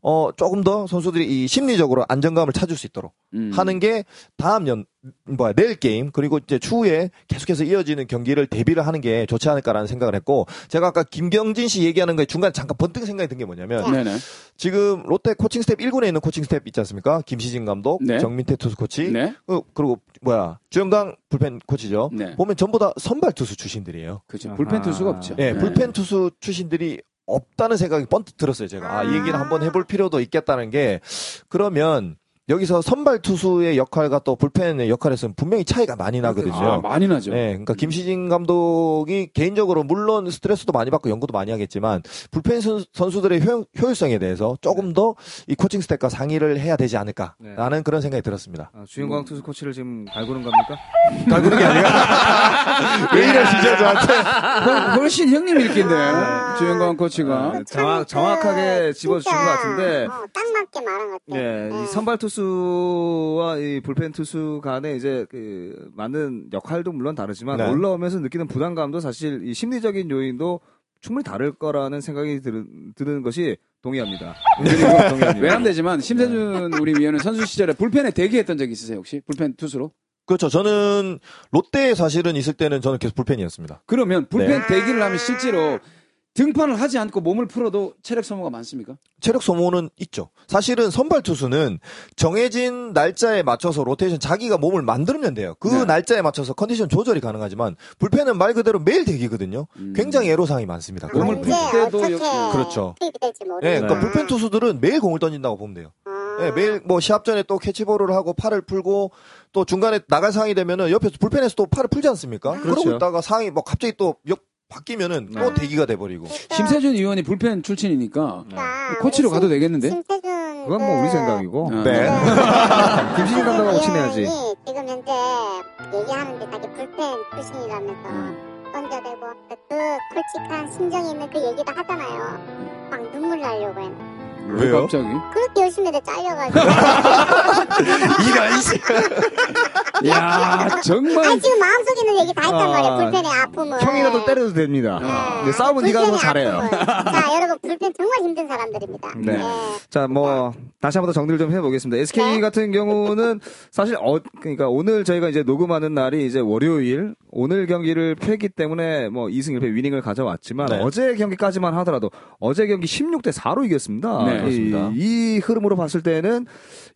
S4: 어, 조금 더 선수들이 이 심리적으로 안정감을 찾을 수 있도록
S2: 음.
S4: 하는 게 다음 연, 뭐야, 내일 게임, 그리고 이제 추후에 계속해서 이어지는 경기를 대비를 하는 게 좋지 않을까라는 생각을 했고, 제가 아까 김경진 씨 얘기하는 거에 중간 잠깐 번뜩 생각이 든 게 뭐냐면,
S2: 네네.
S4: 지금 롯데 코칭 스텝 1군에 있는 코칭 스텝 있지 않습니까? 김시진 감독,
S2: 네.
S4: 정민태 투수 코치,
S2: 네.
S4: 어, 그리고 뭐야 주영강 불펜 코치죠.
S2: 네.
S4: 보면 전부 다 선발 투수 출신들이에요.
S2: 그죠. 불펜 투수가 없죠.
S4: 예,
S2: 네.
S4: 불펜 투수 출신들이 없다는 생각이 번뜩 들었어요. 제가 아, 이 얘기를 한번 해볼 필요도 있겠다는 게 그러면 여기서 선발 투수의 역할과 또 불펜의 역할에서는 분명히 차이가 많이 나거든요.
S2: 아, 많이 나죠.
S4: 네, 그러니까 김시진 감독이 개인적으로 물론 스트레스도 많이 받고 연구도 많이 하겠지만 불펜 선, 수들의 효, 율성에 대해서 조금 더 이 코칭 스태프과 상의를 해야 되지 않을까라는 그런 생각이 들었습니다.
S1: 아, 주인공 투수 코치를 지금 갈구는 겁니까?
S4: 갈구는 게 아니라 [LAUGHS] 네. 왜 이러시죠 저한테?
S2: 훨- 훨씬 형님 일기인데 주영광 코치가
S1: 네, 정확, 정확하게 집어주신 것 같은데
S3: 그 어, 딱 맞게 말한 것 같아.
S1: 예, 이 선발 투수와 이 불펜 투수 간에 이제 그 맞는 역할도 물론 다르지만
S4: 네.
S1: 올라오면서 느끼는 부담감도 사실 이 심리적인 요인도 충분히 다를 거라는 생각이 드는, 드는 것이 동의합니다. 동의합니다.
S2: 외람되지만 심세준 우리 위원은 선수 시절에 불펜에 대기했던 적이 있으세요 혹시 불펜 투수로?
S4: 그렇죠. 저는 롯데에 사실은 있을 때는 저는 계속 불펜이었습니다.
S2: 그러면 불펜
S4: 네.
S2: 대기를 하면 실제로 등판을 하지 않고 몸을 풀어도 체력 소모가 많습니까?
S4: 체력 소모는 있죠. 사실은 선발 투수는 정해진 날짜에 맞춰서 로테이션 자기가 몸을 만들면 돼요. 그
S2: 네.
S4: 날짜에 맞춰서 컨디션 조절이 가능하지만 불펜은 말 그대로 매일 대기거든요.
S2: 음.
S4: 굉장히 애로사항이 많습니다.
S2: 몸을
S4: 그런
S2: 풀
S4: 부분이.
S2: 때도
S3: 어떻게
S2: 역시-
S4: 그렇죠.
S3: 투입이 될지 모르.
S4: 예, 그러니까
S1: 네.
S4: 불펜 투수들은 매일 공을 던진다고 보면 돼요. 예, 매일 뭐 시합 전에 또 캐치볼을 하고 팔을 풀고 또 중간에 나갈 상황이 되면은 옆에서 불펜에서 또 팔을 풀지 않습니까? 그러고
S1: 그렇죠.
S4: 있다가 상황이 뭐 갑자기 또 역 바뀌면은 또
S1: 네.
S4: 대기가 돼 버리고.
S2: 심세준 위원이 불펜 출신이니까
S1: 음,
S2: 코치로 가도 되겠는데?
S3: 심세준
S1: 그건 뭐 우리
S3: 그-
S1: 생각이고 예.
S2: 아,
S4: 네.
S1: [LAUGHS] 김신인 감독하고
S3: 그
S1: 친해야지.
S3: 의원이 지금 현재 얘기하는데 자기 불펜 출신이라면서 던져대고 그 솔직한 심정이 있는 그 얘기도 하잖아요. 막 눈물 나려고 해.
S2: 왜
S4: 왜요?
S2: 갑자기?
S3: 그렇게 열심히 해도 잘려가지고.
S4: 이가 있어.
S2: 야
S3: 아니
S2: 정말
S3: 지금 마음속에 있는 얘기 다 했단
S1: 아,
S3: 말이야. 불펜의 아픔을.
S1: 형이라도 때려도 됩니다.
S2: 아.
S1: 네, 싸움은 네가
S3: 불펜의
S1: 더 잘해요.
S3: 아픔을.
S1: [LAUGHS]
S3: 자 여러분 불펜 정말 힘든 사람들입니다.
S1: 네.
S3: 예.
S1: 자, 뭐 다시 한 번 더 정리를 좀 해보겠습니다. SK
S3: 네.
S1: 같은 경우는 사실 어 그러니까 오늘 저희가 이제 녹음하는 날이 이제 월요일 오늘 경기를 패기 때문에 뭐 2승 1패 위닝을 가져왔지만
S4: 네.
S1: 어제 경기까지만 하더라도 어제 경기 16대 4로 이겼습니다.
S2: 네,
S1: 이-
S4: 그렇습니다.
S1: 이, 흐름으로 봤을 때는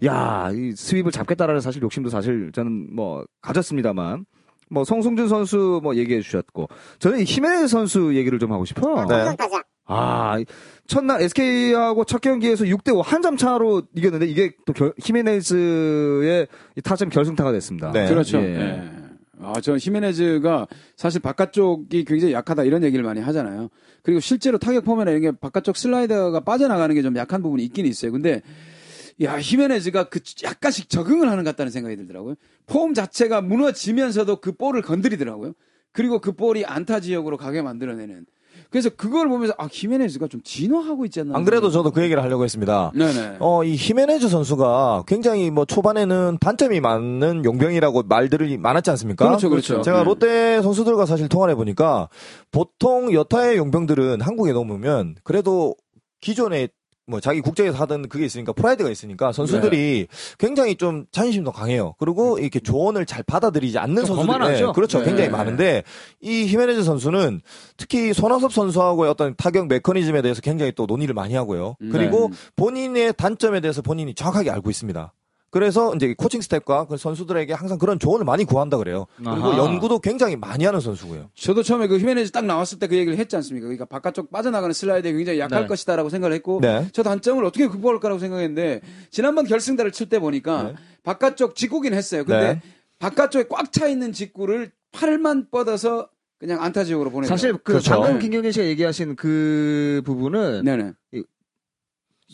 S1: 야, 이 스윕을 잡겠다라는 사실 욕심도 사실 저는 뭐 가졌습니다만 뭐 송승준 선수 뭐 얘기해 주셨고 저는 이 히메네 선수 얘기를 좀 하고 싶어요.
S4: 네.
S3: 타자
S1: 아, 이- 첫날 SK하고 첫 경기에서 6대5 한 점 차로 이겼는데 이게 또 결- 히메네즈의 이 타점 결승타가 됐습니다.
S4: 네.
S2: 그렇죠.
S1: 예.
S2: 예. 아, 저 히메네즈가 사실 바깥쪽이 굉장히 약하다 이런 얘기를 많이 하잖아요. 그리고 실제로 타격 포면에 이런 게 바깥쪽 슬라이더가 빠져나가는 게 좀 약한 부분이 있긴 있어요. 근데 야 히메네즈가 그 약간씩 적응을 하는 것 같다는 생각이 들더라고요. 폼 자체가 무너지면서도 그 볼을 건드리더라고요. 그리고 그 볼이 안타 지역으로 가게 만들어내는. 그래서 그걸 보면서 아 히메네즈가 좀 진화하고 있지 않나.
S4: 안 그래도 저도 그 얘기를 하려고 했습니다.
S2: 네네.
S4: 어, 이 히메네즈 선수가 굉장히 뭐 초반에는 단점이 많은 용병이라고 말들이 많았지 않습니까?
S2: 그렇죠, 그렇죠.
S4: 제가
S2: 네.
S4: 롯데 선수들과 사실 통화를 해보니까 보통 여타의 용병들은 한국에 넘으면 그래도 기존에 뭐 자기 국제에서 하던 그게 있으니까 프라이드가 있으니까 선수들이
S2: 네.
S4: 굉장히 좀 자신심도 강해요. 그리고 이렇게 조언을 잘 받아들이지 않는
S1: 좀
S4: 선수들
S1: 거만하죠?
S4: 그렇죠.
S2: 음. 네.
S4: 굉장히 많은데 이 히메네즈 선수는 특히 손아섭 선수하고의 어떤 타격 메커니즘에 대해서 굉장히 또 논의를 많이 하고요. 그리고
S2: 네.
S4: 본인의 단점에 대해서 본인이 정확하게 알고 있습니다. 그래서 이제 코칭 스텝과 그 선수들에게 항상 그런 조언을 많이 구한다 그래요. 그리고
S1: 아하.
S4: 연구도 굉장히 많이 하는 선수고요.
S2: 저도 처음에 그 히메네즈 딱 나왔을 때 그 얘기를 했지 않습니까? 그러니까 바깥쪽 빠져나가는 슬라이드에 굉장히 약할
S1: 네.
S2: 것이다라고 생각을 했고
S4: 네.
S2: 저 단점을 어떻게 극복할 까라고 생각했는데 지난번 결승다를 칠 때 보니까
S4: 네.
S2: 바깥쪽 직구긴 했어요. 근데
S4: 네.
S2: 바깥쪽에 꽉 차 있는 직구를 팔만 뻗어서 그냥 안타 지역으로 보내.
S1: 사실 그
S4: 그렇죠.
S1: 방금 김경진 씨가 얘기하신 그 부분은
S2: 네네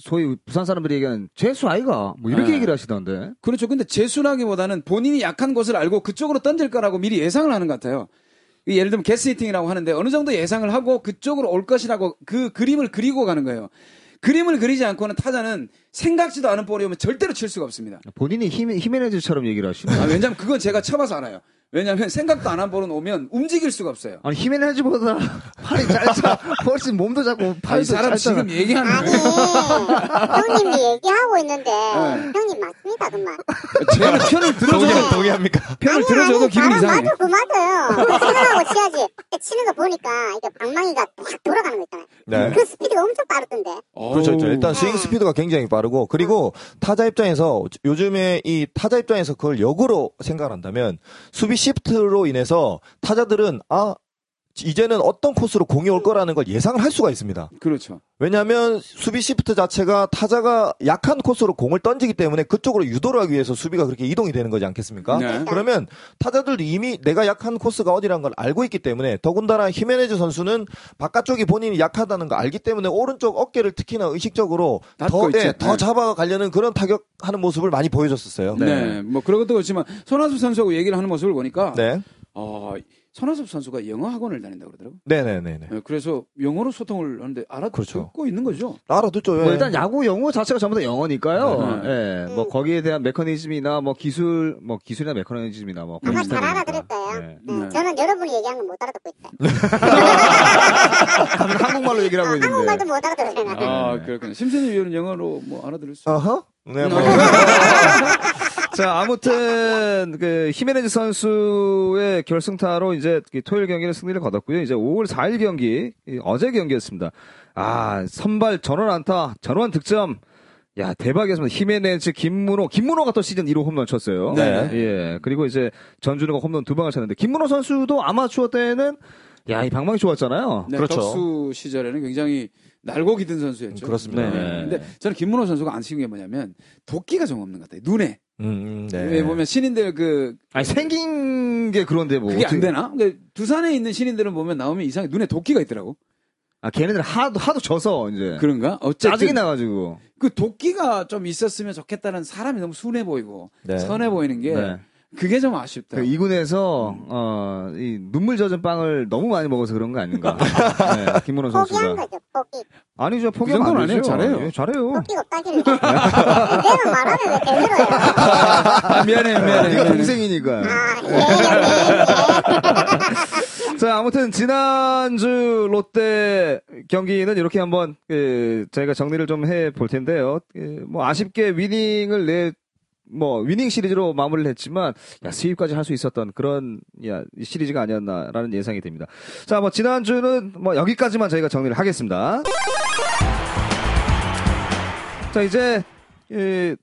S1: 소위 부산 사람들이 얘기하는 재수 아이가 뭐 이렇게
S2: 네.
S1: 얘기를 하시던데.
S2: 그렇죠. 근데 재수라기보다는 본인이 약한 곳을 알고 그쪽으로 던질 거라고 미리 예상을 하는 것 같아요. 이 예를 들면 게스히팅이라고 하는데 어느 정도 예상을 하고 그쪽으로 올 것이라고 그 그림을 그리고 가는 거예요. 그림을 그리지 않고는 타자는 생각지도 않은 볼이 오면 절대로 칠 수가 없습니다.
S1: 본인이 히메, 히메네즈처럼 얘기를 하시네.
S2: 아, 왜냐면 그건 제가 쳐봐서 알아요. 왜냐면 생각도 안 한 볼은 오면 움직일 수가 없어요.
S1: 아니 히메네즈보다 팔이 짧아 [LAUGHS] 훨씬 몸도 작고
S2: 아,
S1: 팔도
S2: 이 사람
S1: 짧잖아.
S2: 지금
S1: [LAUGHS]
S2: 얘기하는
S3: 아니
S2: 거예요.
S3: 형님이 얘기하고 있는데
S2: 네.
S3: 형님 맞습니다 그만.
S2: [LAUGHS] 제가
S4: 아,
S2: 편을
S4: 그
S2: 들어줘도
S4: 동의합니까?
S2: 편을 들어줘도 기분 이상해.
S3: 맞아, 그 맞아요. 생각하고 치야지. 치는 거 보니까 이게 방망이가 확 돌아가는 거 있잖아요.
S4: 네.
S3: 그 스피드가 엄청 빠르던데.
S4: 그렇죠. 그렇죠.
S2: 어우.
S4: 일단 스윙 스피드가 굉장히 빠르고 그리고 타자 입장에서 요즘에 이 타자 입장에서 그걸 역으로 생각을 한다면 수비 시프트로 인해서 타자들은 아 이제는 어떤 코스로 공이 올 거라는 걸 예상을 할 수가 있습니다.
S2: 그렇죠.
S4: 왜냐하면 수비 시프트 자체가 타자가 약한 코스로 공을 던지기 때문에 그쪽으로 유도를 하기 위해서 수비가 그렇게 이동이 되는 거지 않겠습니까?
S2: 네.
S4: 그러면 타자들도 이미 내가 약한 코스가 어디라는 걸 알고 있기 때문에 더군다나 히메네즈 선수는 바깥쪽이 본인이 약하다는 걸 알기 때문에 오른쪽 어깨를 특히나 의식적으로
S2: 닫고
S4: 더,
S2: 있죠.
S4: 예, 더
S2: 네.
S4: 잡아가려는 그런 타격하는 모습을 많이 보여줬었어요.
S2: 네. 뭐 그런 것도 그렇지만 손아섭 선수하고 얘기를 하는 모습을 보니까
S4: 네.
S2: 어, 손아섭 선수가 영어 학원을 다닌다 고 그러더라고. 요
S4: 네네네네.
S2: 그래서 영어로 소통을 하는데 알아듣고
S4: 그렇죠.
S2: 있는 거죠.
S4: 알아듣죠. 예.
S1: 뭐 일단 야구 영어 자체가 전부 다 영어니까요.
S2: 네.
S1: 예. 뭐 거기에 대한 메커니즘이나 뭐 기술, 뭐 기술이나 메커니즘이나 뭐 그런
S3: 아마
S1: 비슷한
S3: 잘
S1: 거니까.
S3: 알아들었어요.
S1: 네.
S3: 네,
S2: 네.
S3: 저는 여러분이 얘기하는 건 못 알아듣고 있어요.
S1: 다들 한국말로 얘기를 하고 있는데.
S3: 아, 한국말도 못 알아들어요.
S4: 네.
S3: 나는.
S2: 아, 그렇군요. 심세준 위원은 영어로 뭐 알아들을 수.
S4: 어허? 네, 뭐. [LAUGHS]
S1: 자, 아무튼 그 히메네즈 선수의 결승타로 이제 그 토요일 경기는 승리를 거뒀고요. 이제 5월 4일 경기 이 어제 경기였습니다. 아, 선발 전원 안타, 전원 득점. 야, 대박이었습니다. 히메네즈, 김문호, 김문호가 또 시즌 1호 홈런 쳤어요.
S4: 네.
S1: 예. 그리고 이제 전준우가 홈런 두 방을 쳤는데 김문호 선수도 아마추어 때는 야, 이 방망이 좋았잖아요.
S2: 네,
S4: 그렇죠.
S2: 덕수 시절에는 굉장히 날고 기든 선수였죠.
S4: 그렇습니다.
S1: 네.
S2: 근데 저는 김문호 선수가 안 쉬운 게 뭐냐면 도끼가 좀 없는 것 같아요. 눈에.
S4: 음, 음, 네.
S2: 왜 보면 신인들 그
S1: 아니 생긴 게 그런데 뭐
S2: 그게
S1: 어떻게-
S2: 안 되나? 근데 두산에 있는 신인들은 보면 나오면 이상해 눈에 도끼가 있더라고.
S1: 아, 걔네들 하도 하도 져서 이제
S4: 네.
S2: 그런가? 어쨌든
S1: 짜증이 나 가지고.
S2: 그 도끼가 좀 있었으면 좋겠다는 사람이 너무 순해 보이고
S4: 네.
S2: 선해 보이는 게 그게 좀 아쉽다.
S1: 그 이군에서
S2: 음.
S1: 어, 이 눈물 젖은 빵을 너무 많이 먹어서 그런 거
S2: [LAUGHS]
S1: 아닌가? 네, 김문호
S3: 포기한
S1: 선수가
S3: 거죠, 포기.
S1: 아니죠 포기하면
S2: 정도는
S1: 안 되죠.
S2: 아니에요. 잘해요.
S1: 예, 잘해요.
S3: 포기고 따기를. 내가 말하면 왜 배들어요?
S2: 아, 미안해요, 미안해요.
S1: [LAUGHS] 네가
S2: 미안해요.
S1: 동생이니까.
S3: 아, 예, 예, 예.
S1: 자 아무튼 지난주 롯데 경기는 이렇게 한번 그, 저희가 정리를 좀 해 볼 텐데요. 그, 뭐 아쉽게 위닝을 내 뭐 위닝 시리즈로 마무리를 했지만 야 수입까지 할 수 있었던 그런 야이 시리즈가 아니었나라는 예상이 됩니다. 자, 뭐 지난주는 뭐 여기까지만 저희가 정리를 하겠습니다. 자, 이제 예,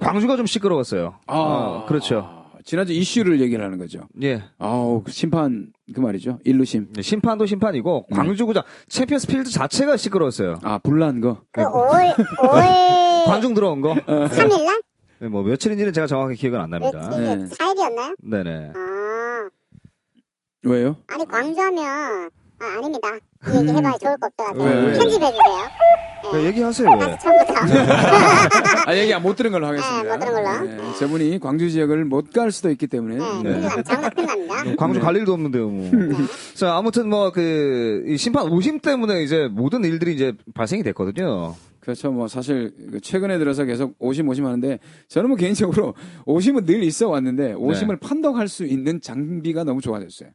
S1: 광주가 좀 시끄러웠어요.
S2: 아,
S1: 어, 그렇죠.
S2: 지난주 이슈를 얘기를 하는 거죠.
S1: 예.
S2: 아우, 그 심판 그 말이죠. 일루심.
S1: 네, 심판도 심판이고
S4: 음.
S1: 광주구장 챔피언스 필드 자체가 시끄러웠어요.
S2: 아, 불난 거.
S3: 그 5월, 5월
S1: 관중 들어온 거.
S3: 3일날?
S1: 네, 뭐 며칠인지는 제가 정확히 기억은 안 납니다.
S2: 네.
S3: 며칠, 4일이었나요?
S1: 네네.
S3: 아,
S2: 왜요?
S3: 아니, 광주하면, 아, 아닙니다. 이 얘기 해봐야 좋을 것 같아요.
S2: 왜, 왜?
S3: 편집해주세요.
S1: 네, 얘기하세요.
S3: 다시 처음부터.
S2: 아, 얘기 못 들은 걸로 하겠습니다.
S3: 네, 못 들은 걸로.
S2: 네, 저분이 광주 지역을 못 갈 수도 있기 때문에. 네.
S3: 네, 큰일 납니다. 장사 큰일 납니다.
S1: 광주 갈 일도 없는데요, 뭐. 자, 아무튼 뭐 그 심판 오심 때문에 이제 모든 일들이 이제 발생이 됐거든요.
S2: 그렇죠. 뭐 사실 그 최근에 들어서 계속 오심 오심 하는데 저는 뭐 개인적으로 [LAUGHS] 오심은 늘 있어 왔는데 오심을 판독할 수 있는 장비가 너무 좋아졌어요.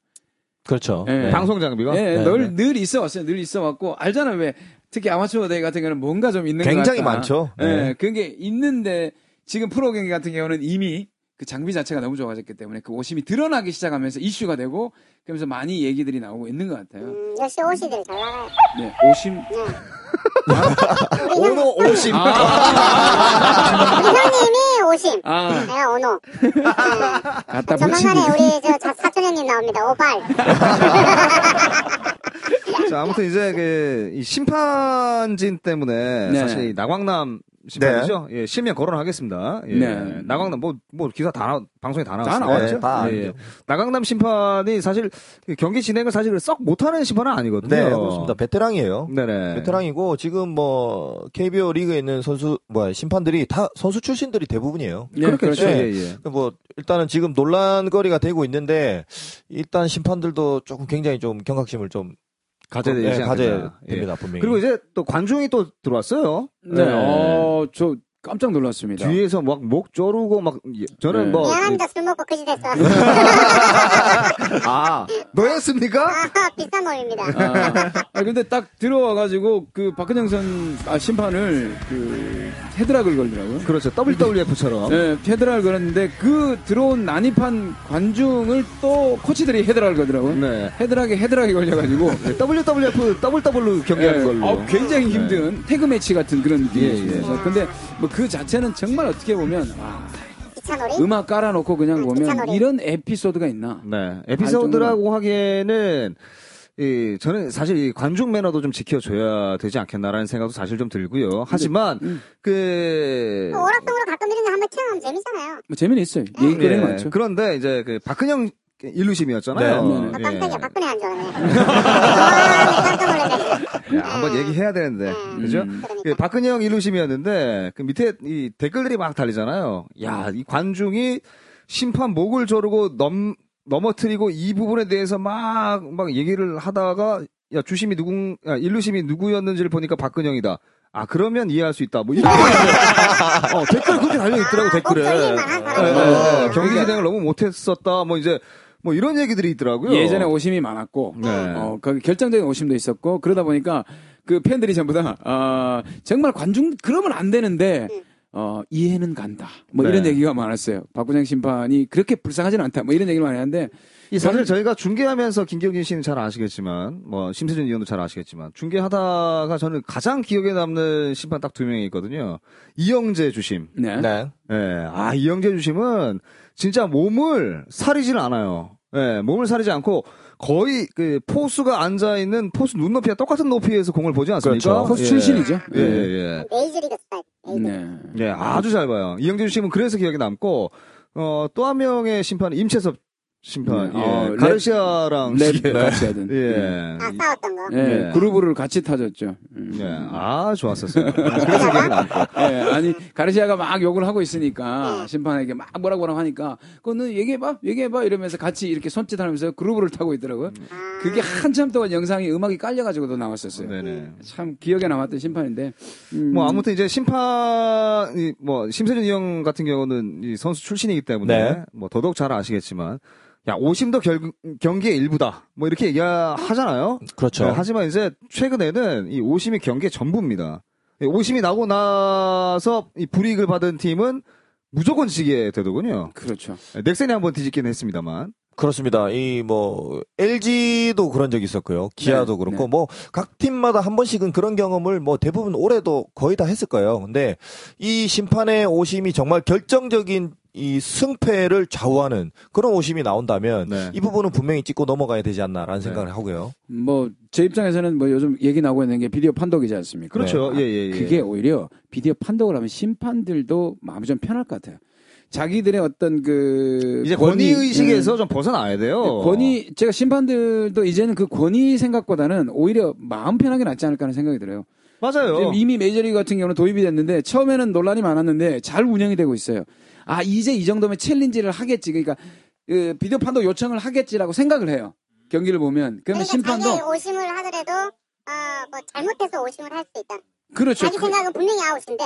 S4: 그렇죠.
S2: 예.
S4: 네.
S1: 방송 장비가
S2: 예,
S4: 네,
S2: 늘, 늘 있어 왔어요. 늘 있어 왔고 알잖아요. 왜 특히 아마추어 대회 같은 경우는 뭔가 좀 있는
S4: 굉장히
S2: 것 같다.
S4: 많죠.
S2: 예.
S4: 네.
S2: 그게 있는데 지금 프로 경기 같은 경우는 이미 그 장비 자체가 너무 좋아졌기 때문에 그 오심이 드러나기 시작하면서 이슈가 되고 그러면서 많이 얘기들이 나오고 있는 것 같아요.
S3: 음, 역시 오시들 잘 나가요.
S2: 네, 오심
S3: 네.
S4: 아.
S1: 오노 오심.
S3: 우리 형님이 오심.
S2: [LAUGHS] 아, 뭐
S3: 내가 오노.
S2: 갖다 붙이기.
S3: 조만간에 우리 저 자- 사촌 형님 나옵니다. 오발.
S1: 자, 아무튼 이제 그이 심판진 때문에
S2: 네.
S1: 사실 이 나광남 심판이죠.
S4: 네.
S1: 예, 실명 거론하겠습니다. 예.
S2: 네.
S1: 나광남 뭐 뭐 기사 다 나, 방송에 다 나왔어요.
S4: 나왔죠. 네, 다
S1: 예, 예.
S4: 알죠.
S1: 나광남 심판이 사실 그 경기 진행을 사실 썩 못하는 심판은 아니거든요.
S4: 네, 그렇습니다. 베테랑이에요.
S1: 네네.
S4: 베테랑이고 지금 뭐 KBO 리그에 있는 선수 뭐 심판들이 다 선수 출신들이 대부분이에요.
S2: 네,
S1: 그렇죠. 예,
S4: 네.
S1: 예.
S4: 뭐 일단은 지금 논란거리가 되고 있는데 일단 심판들도 조금 굉장히 좀 경각심을 좀
S1: 가져야
S4: 네,
S1: 되지
S4: 가져야
S1: 않겠나.
S4: 됩니다 분명히.
S1: 예. 그리고 이제 또 관중이 또 들어왔어요.
S2: 네,
S1: 예.
S2: 어, 저 깜짝 놀랐습니다.
S1: 뒤에서 막 목 조르고 막 예, 저는
S2: 네.
S1: 뭐
S3: 미안합니다. 술 먹고 그지 됐어.
S1: 아, 너였습니까?
S3: 아, 비싼 놈입니다.
S2: 아, 아, 근데 딱 들어와가지고 그 박근영 선 아, 심판을 그 헤드락을 걸더라고요.
S1: 그렇죠. WWF처럼.
S2: 네, 헤드락을 걸었는데 그 들어온 난입한 관중을 또 코치들이 헤드락을 걸더라고요.
S1: 네.
S2: 헤드락에 헤드락이 걸려가지고.
S1: WWF 더블더블로 경기하는
S3: 네.
S2: 예,
S1: 걸로.
S3: 아,
S1: 네.
S2: 어, 굉장히 힘든 태그 매치 같은 그런
S1: 예,
S2: 느낌이었어요. 근데 뭐 그 자체는 정말 어떻게 보면 와,
S3: 기차놀이?
S2: 음악 깔아놓고 그냥
S3: 아,
S2: 보면
S3: 괜찮아요.
S2: 이런 에피소드가 있나?
S1: 네. 에피소드라고 하기에는 이 저는 사실 이 관중 매너도 좀 지켜줘야 되지 않겠나라는 생각도 사실 좀 들고요. 하지만 그
S3: 뭐 오락동으로 가끔 이런 데 한번 튀어나오면 재밌잖아요.
S2: 뭐 재미는 있어요. 얘기거리
S1: 예,
S2: 많죠.
S1: 그런데 이제 그 박근영 일루심이었잖아요.
S2: 네.
S3: 아,
S1: 예.
S3: 깜짝이야. 박근혜 안
S2: [LAUGHS]
S3: 좋아하네. 와, 깜짝 놀랐네.
S1: 야, 한번 얘기해야 되는데
S3: 음.
S1: 그죠? 그
S3: 그러니까.
S1: 박근영 일루심이었는데 그 밑에 이 댓글들이 막 달리잖아요.
S2: 음.
S1: 야, 이 관중이 심판 목을 조르고 넘 넘어뜨리고 이 부분에 대해서 막 막 얘기를 하다가 야 주심이 누군 야, 일루심이 누구였는지를 보니까 박근영이다. 아 그러면 이해할 수 있다. 뭐
S2: [LAUGHS]
S1: 이런 어, 댓글 그렇게 달려 있더라고 댓글에.
S3: 아, 걱정일만한
S2: 네. 아,
S1: 예,
S3: 사람이.
S1: 예,
S2: 그러니까.
S1: 예. 경기 진행을 너무 못했었다. 뭐 이제 뭐 이런 얘기들이 있더라고요.
S2: 예전에 오심이 많았고
S1: 네.
S2: 어, 거기 결정적인 오심도 있었고 그러다 보니까 그 팬들이 전부 다 아, 정말 관중 그러면 안 되는데 어, 이해는 간다. 뭐
S1: 네.
S2: 이런 얘기가 많았어요. 박구장 심판이 그렇게 불쌍하진 않다. 뭐 이런 얘기를 많이 하는데
S1: 이
S2: 네.
S1: 사실 저희가 중계하면서 김경진 씨는 잘 아시겠지만 뭐 심세준 의원도 잘 아시겠지만 중계하다가 저는 가장 기억에 남는 심판 딱 두 명이 있거든요. 이영재 주심.
S2: 네.
S4: 네.
S1: 예. 아, 이영재 주심은 진짜 몸을 사리질 않아요. 예, 몸을 사리지 않고 거의 그 포수가 앉아 있는 포수 눈높이와 똑같은 높이에서 공을 보지 않습니까?
S4: 그렇죠.
S2: 포수
S1: 예.
S2: 어, 출신이죠.
S1: 예, 예,
S3: 메이저리그 스타일. 메이저리그.
S2: 네.
S1: 예. 예, 아주 잘 봐요. 이영재 주심은 그래서 기억에 남고 어, 또 한 명의 심판 임채섭 심판.
S2: 네.
S1: 예.
S2: 어,
S1: 가르시아랑
S2: 랩 네.
S1: 예.
S2: 같이 하던.
S1: 예.
S3: 아, 싸웠던 거.
S2: 예,
S1: 예.
S2: 그루브를 같이 타졌죠. 음.
S1: 예. 아, 좋았었어요. [LAUGHS] 그래서 기억이 남고.
S2: 예, 아니 가르시아가 막 욕을 하고 있으니까 심판에게 막 뭐라고 뭐라고 하니까 그거는 얘기해봐 얘기해봐 이러면서 같이 이렇게 손짓하면서 그루브를 타고 있더라고요 그게 한참 동안 영상이 음악이 깔려가지고도 나왔었어요
S1: 음. 네네.
S2: 참 기억에 남았던 심판인데 음,
S1: 뭐 아무튼 이제 심판 이뭐 심세준 이형 같은 경우는 이 선수 출신이기 때문에
S4: 네.
S1: 뭐 더더욱 잘 아시겠지만 야 오심도 결, 경기의 일부다 뭐 이렇게 얘기하잖아요.
S4: 그렇죠.
S1: 네, 하지만 이제 최근에는 이 오심이 경기의 전부입니다. 이 오심이 나고 나서 이 불이익을 받은 팀은 무조건 지게 되더군요.
S2: 그렇죠
S1: 넥센이 한번 뒤집긴 했습니다만.
S4: 그렇습니다. 이 뭐 LG도 그런 적이 있었고요. 기아도
S2: 네,
S4: 그렇고 뭐 각 팀마다 한 번씩은 그런 경험을 뭐 대부분 올해도 거의 다 했을 거예요. 근데 이 심판의 오심이 정말 결정적인 이 승패를 좌우하는 그런 오심이 나온다면
S1: 네.
S4: 이 부분은 분명히 찍고 넘어가야 되지 않나라는 생각을 하고요.
S2: 뭐 제 입장에서는 뭐 요즘 얘기 나오고 있는 게 비디오 판독이지 않습니까
S1: 그렇죠.
S2: 아,
S1: 예, 예, 예.
S2: 그게 오히려 비디오 판독을 하면 심판들도 마음이 좀 편할 것 같아요 자기들의 어떤 그
S1: 이제 권위 음.
S2: 예.
S1: 의식에서 좀 벗어나야 돼요.
S2: 권위 제가 심판들도 이제는 그 권위 생각보다는 오히려 마음 편하게 낫지 않을까 하는 생각이 들어요.
S1: 맞아요.
S2: 지금 이미 메이저리그 같은 경우는 도입이 됐는데 처음에는 논란이 많았는데 잘 운영이 되고 있어요. 아 이제 이 정도면 챌린지를 하겠지. 그러니까 그 비디오 판독 요청을 하겠지라고 생각을 해요. 경기를 보면 그러면
S3: 그러니까 자기의
S2: 심판도
S3: 오심을 하더라도 어, 뭐 잘못해서 오심을 할 수 있다.
S2: 그렇죠.
S3: 자기
S2: 그-
S3: 생각은 분명히 아웃인데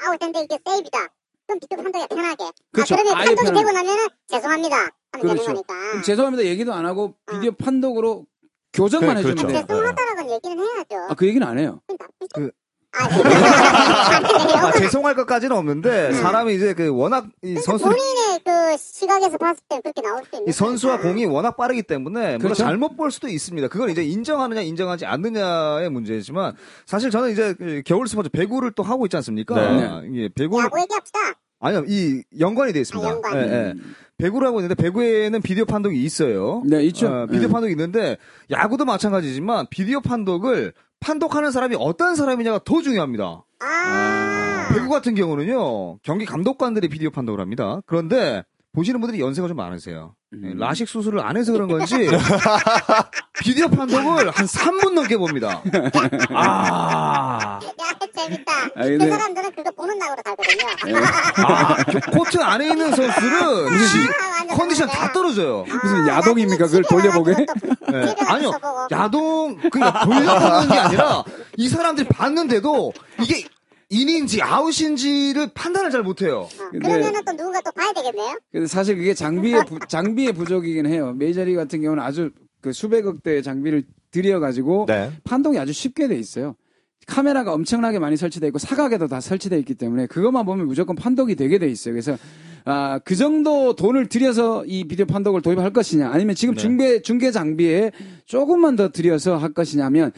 S3: 아웃인데 이게 세이브다. 그럼 비교 판독이 편하게.
S2: 그렇죠.
S3: 아, 그러면
S2: 아예
S3: 판독이
S2: 편하게.
S3: 되고 나면은 죄송합니다. 하면
S2: 그렇죠.
S3: 되는 거니까.
S2: 죄송합니다 얘기도 안 하고 비디오 판독으로 교정만
S1: 네,
S4: 그-
S2: 해주면
S4: 그렇죠.
S2: 돼요.
S3: 죄송하다라고는 얘기는 해야죠.
S2: 아그 얘기는 안 해요.
S3: 그건 나쁘죠.
S1: 그-
S3: 아, 죄송합니다.
S1: 아, 죄송할 것까지는 없는데 사람이 이제 그 워낙 이 선수
S3: 본인의 그 시각에서 봤을 때 그렇게 나올 수 있는.
S1: 이 선수와
S3: 거니까.
S1: 공이 워낙 빠르기 때문에 물론
S2: 그렇죠.
S1: 잘못 볼 수도 있습니다. 그걸 이제 인정하느냐 인정하지 않느냐의 문제지만 사실 저는 이제 그 겨울 스포츠 배구를 또 하고 있지 않습니까? 아,
S4: 네.
S1: 이게 배구
S3: 야구 얘기합시다.
S1: 아니요 이 연관이 되어 있습니다.
S3: 아, 연관.
S1: 예, 예. 배구를 하고 있는데 배구에는 비디오 판독이 있어요.
S2: 네, 있죠.
S1: 어, 비디오
S2: 예.
S1: 판독이 있는데 야구도 마찬가지지만 비디오 판독을 판독하는 사람이 어떤 사람이냐가 더 중요합니다.
S3: 아.
S1: 배구 같은 경우는요 경기 감독관들이 비디오 판독을 합니다. 그런데 보시는 분들이 연세가 좀 많으세요. 예, 라식 수술을 안 해서 그런 건지 [LAUGHS] 비디오 판독을 한 3분 넘게 봅니다. 아,
S3: 야, 재밌다.
S2: 아, 근데-
S3: 그 사람들은 그거 보는 낙으로 살거든요.
S1: 아, 저 코트 안에 있는 선수는 시-
S3: 아, 완전
S1: 컨디션 다
S3: 다르네.
S1: 떨어져요.
S2: 무슨 야동입니까? 그걸 돌려보게?
S1: 예, 아니요, 야동 그러니까 돌려보는 게 아니라 이 사람들이 봤는데도 이게 인인지 아웃인지를 판단을 잘 못해요.
S2: 근데-
S3: 어, 그러면은 또 누군가 또 봐야 되겠네요.
S2: 근데 사실 그게 장비의 부, 장비의 부족이긴 해요. 메이저리 같은 경우는 아주 그 수백억 대의 장비를 들여 가지고
S4: 네.
S2: 판독이 아주 쉽게 돼 있어요. 카메라가 엄청나게 많이 설치돼 있고 사각에도 다 설치돼 있기 때문에 그것만 보면 무조건 판독이 되게 돼 있어요. 그래서 아, 그 정도 돈을 들여서 이 비디오 판독을
S1: 네.
S2: 도입할 것이냐 아니면 지금 중계 중계 장비에 조금만 더 들여서 할 것이냐면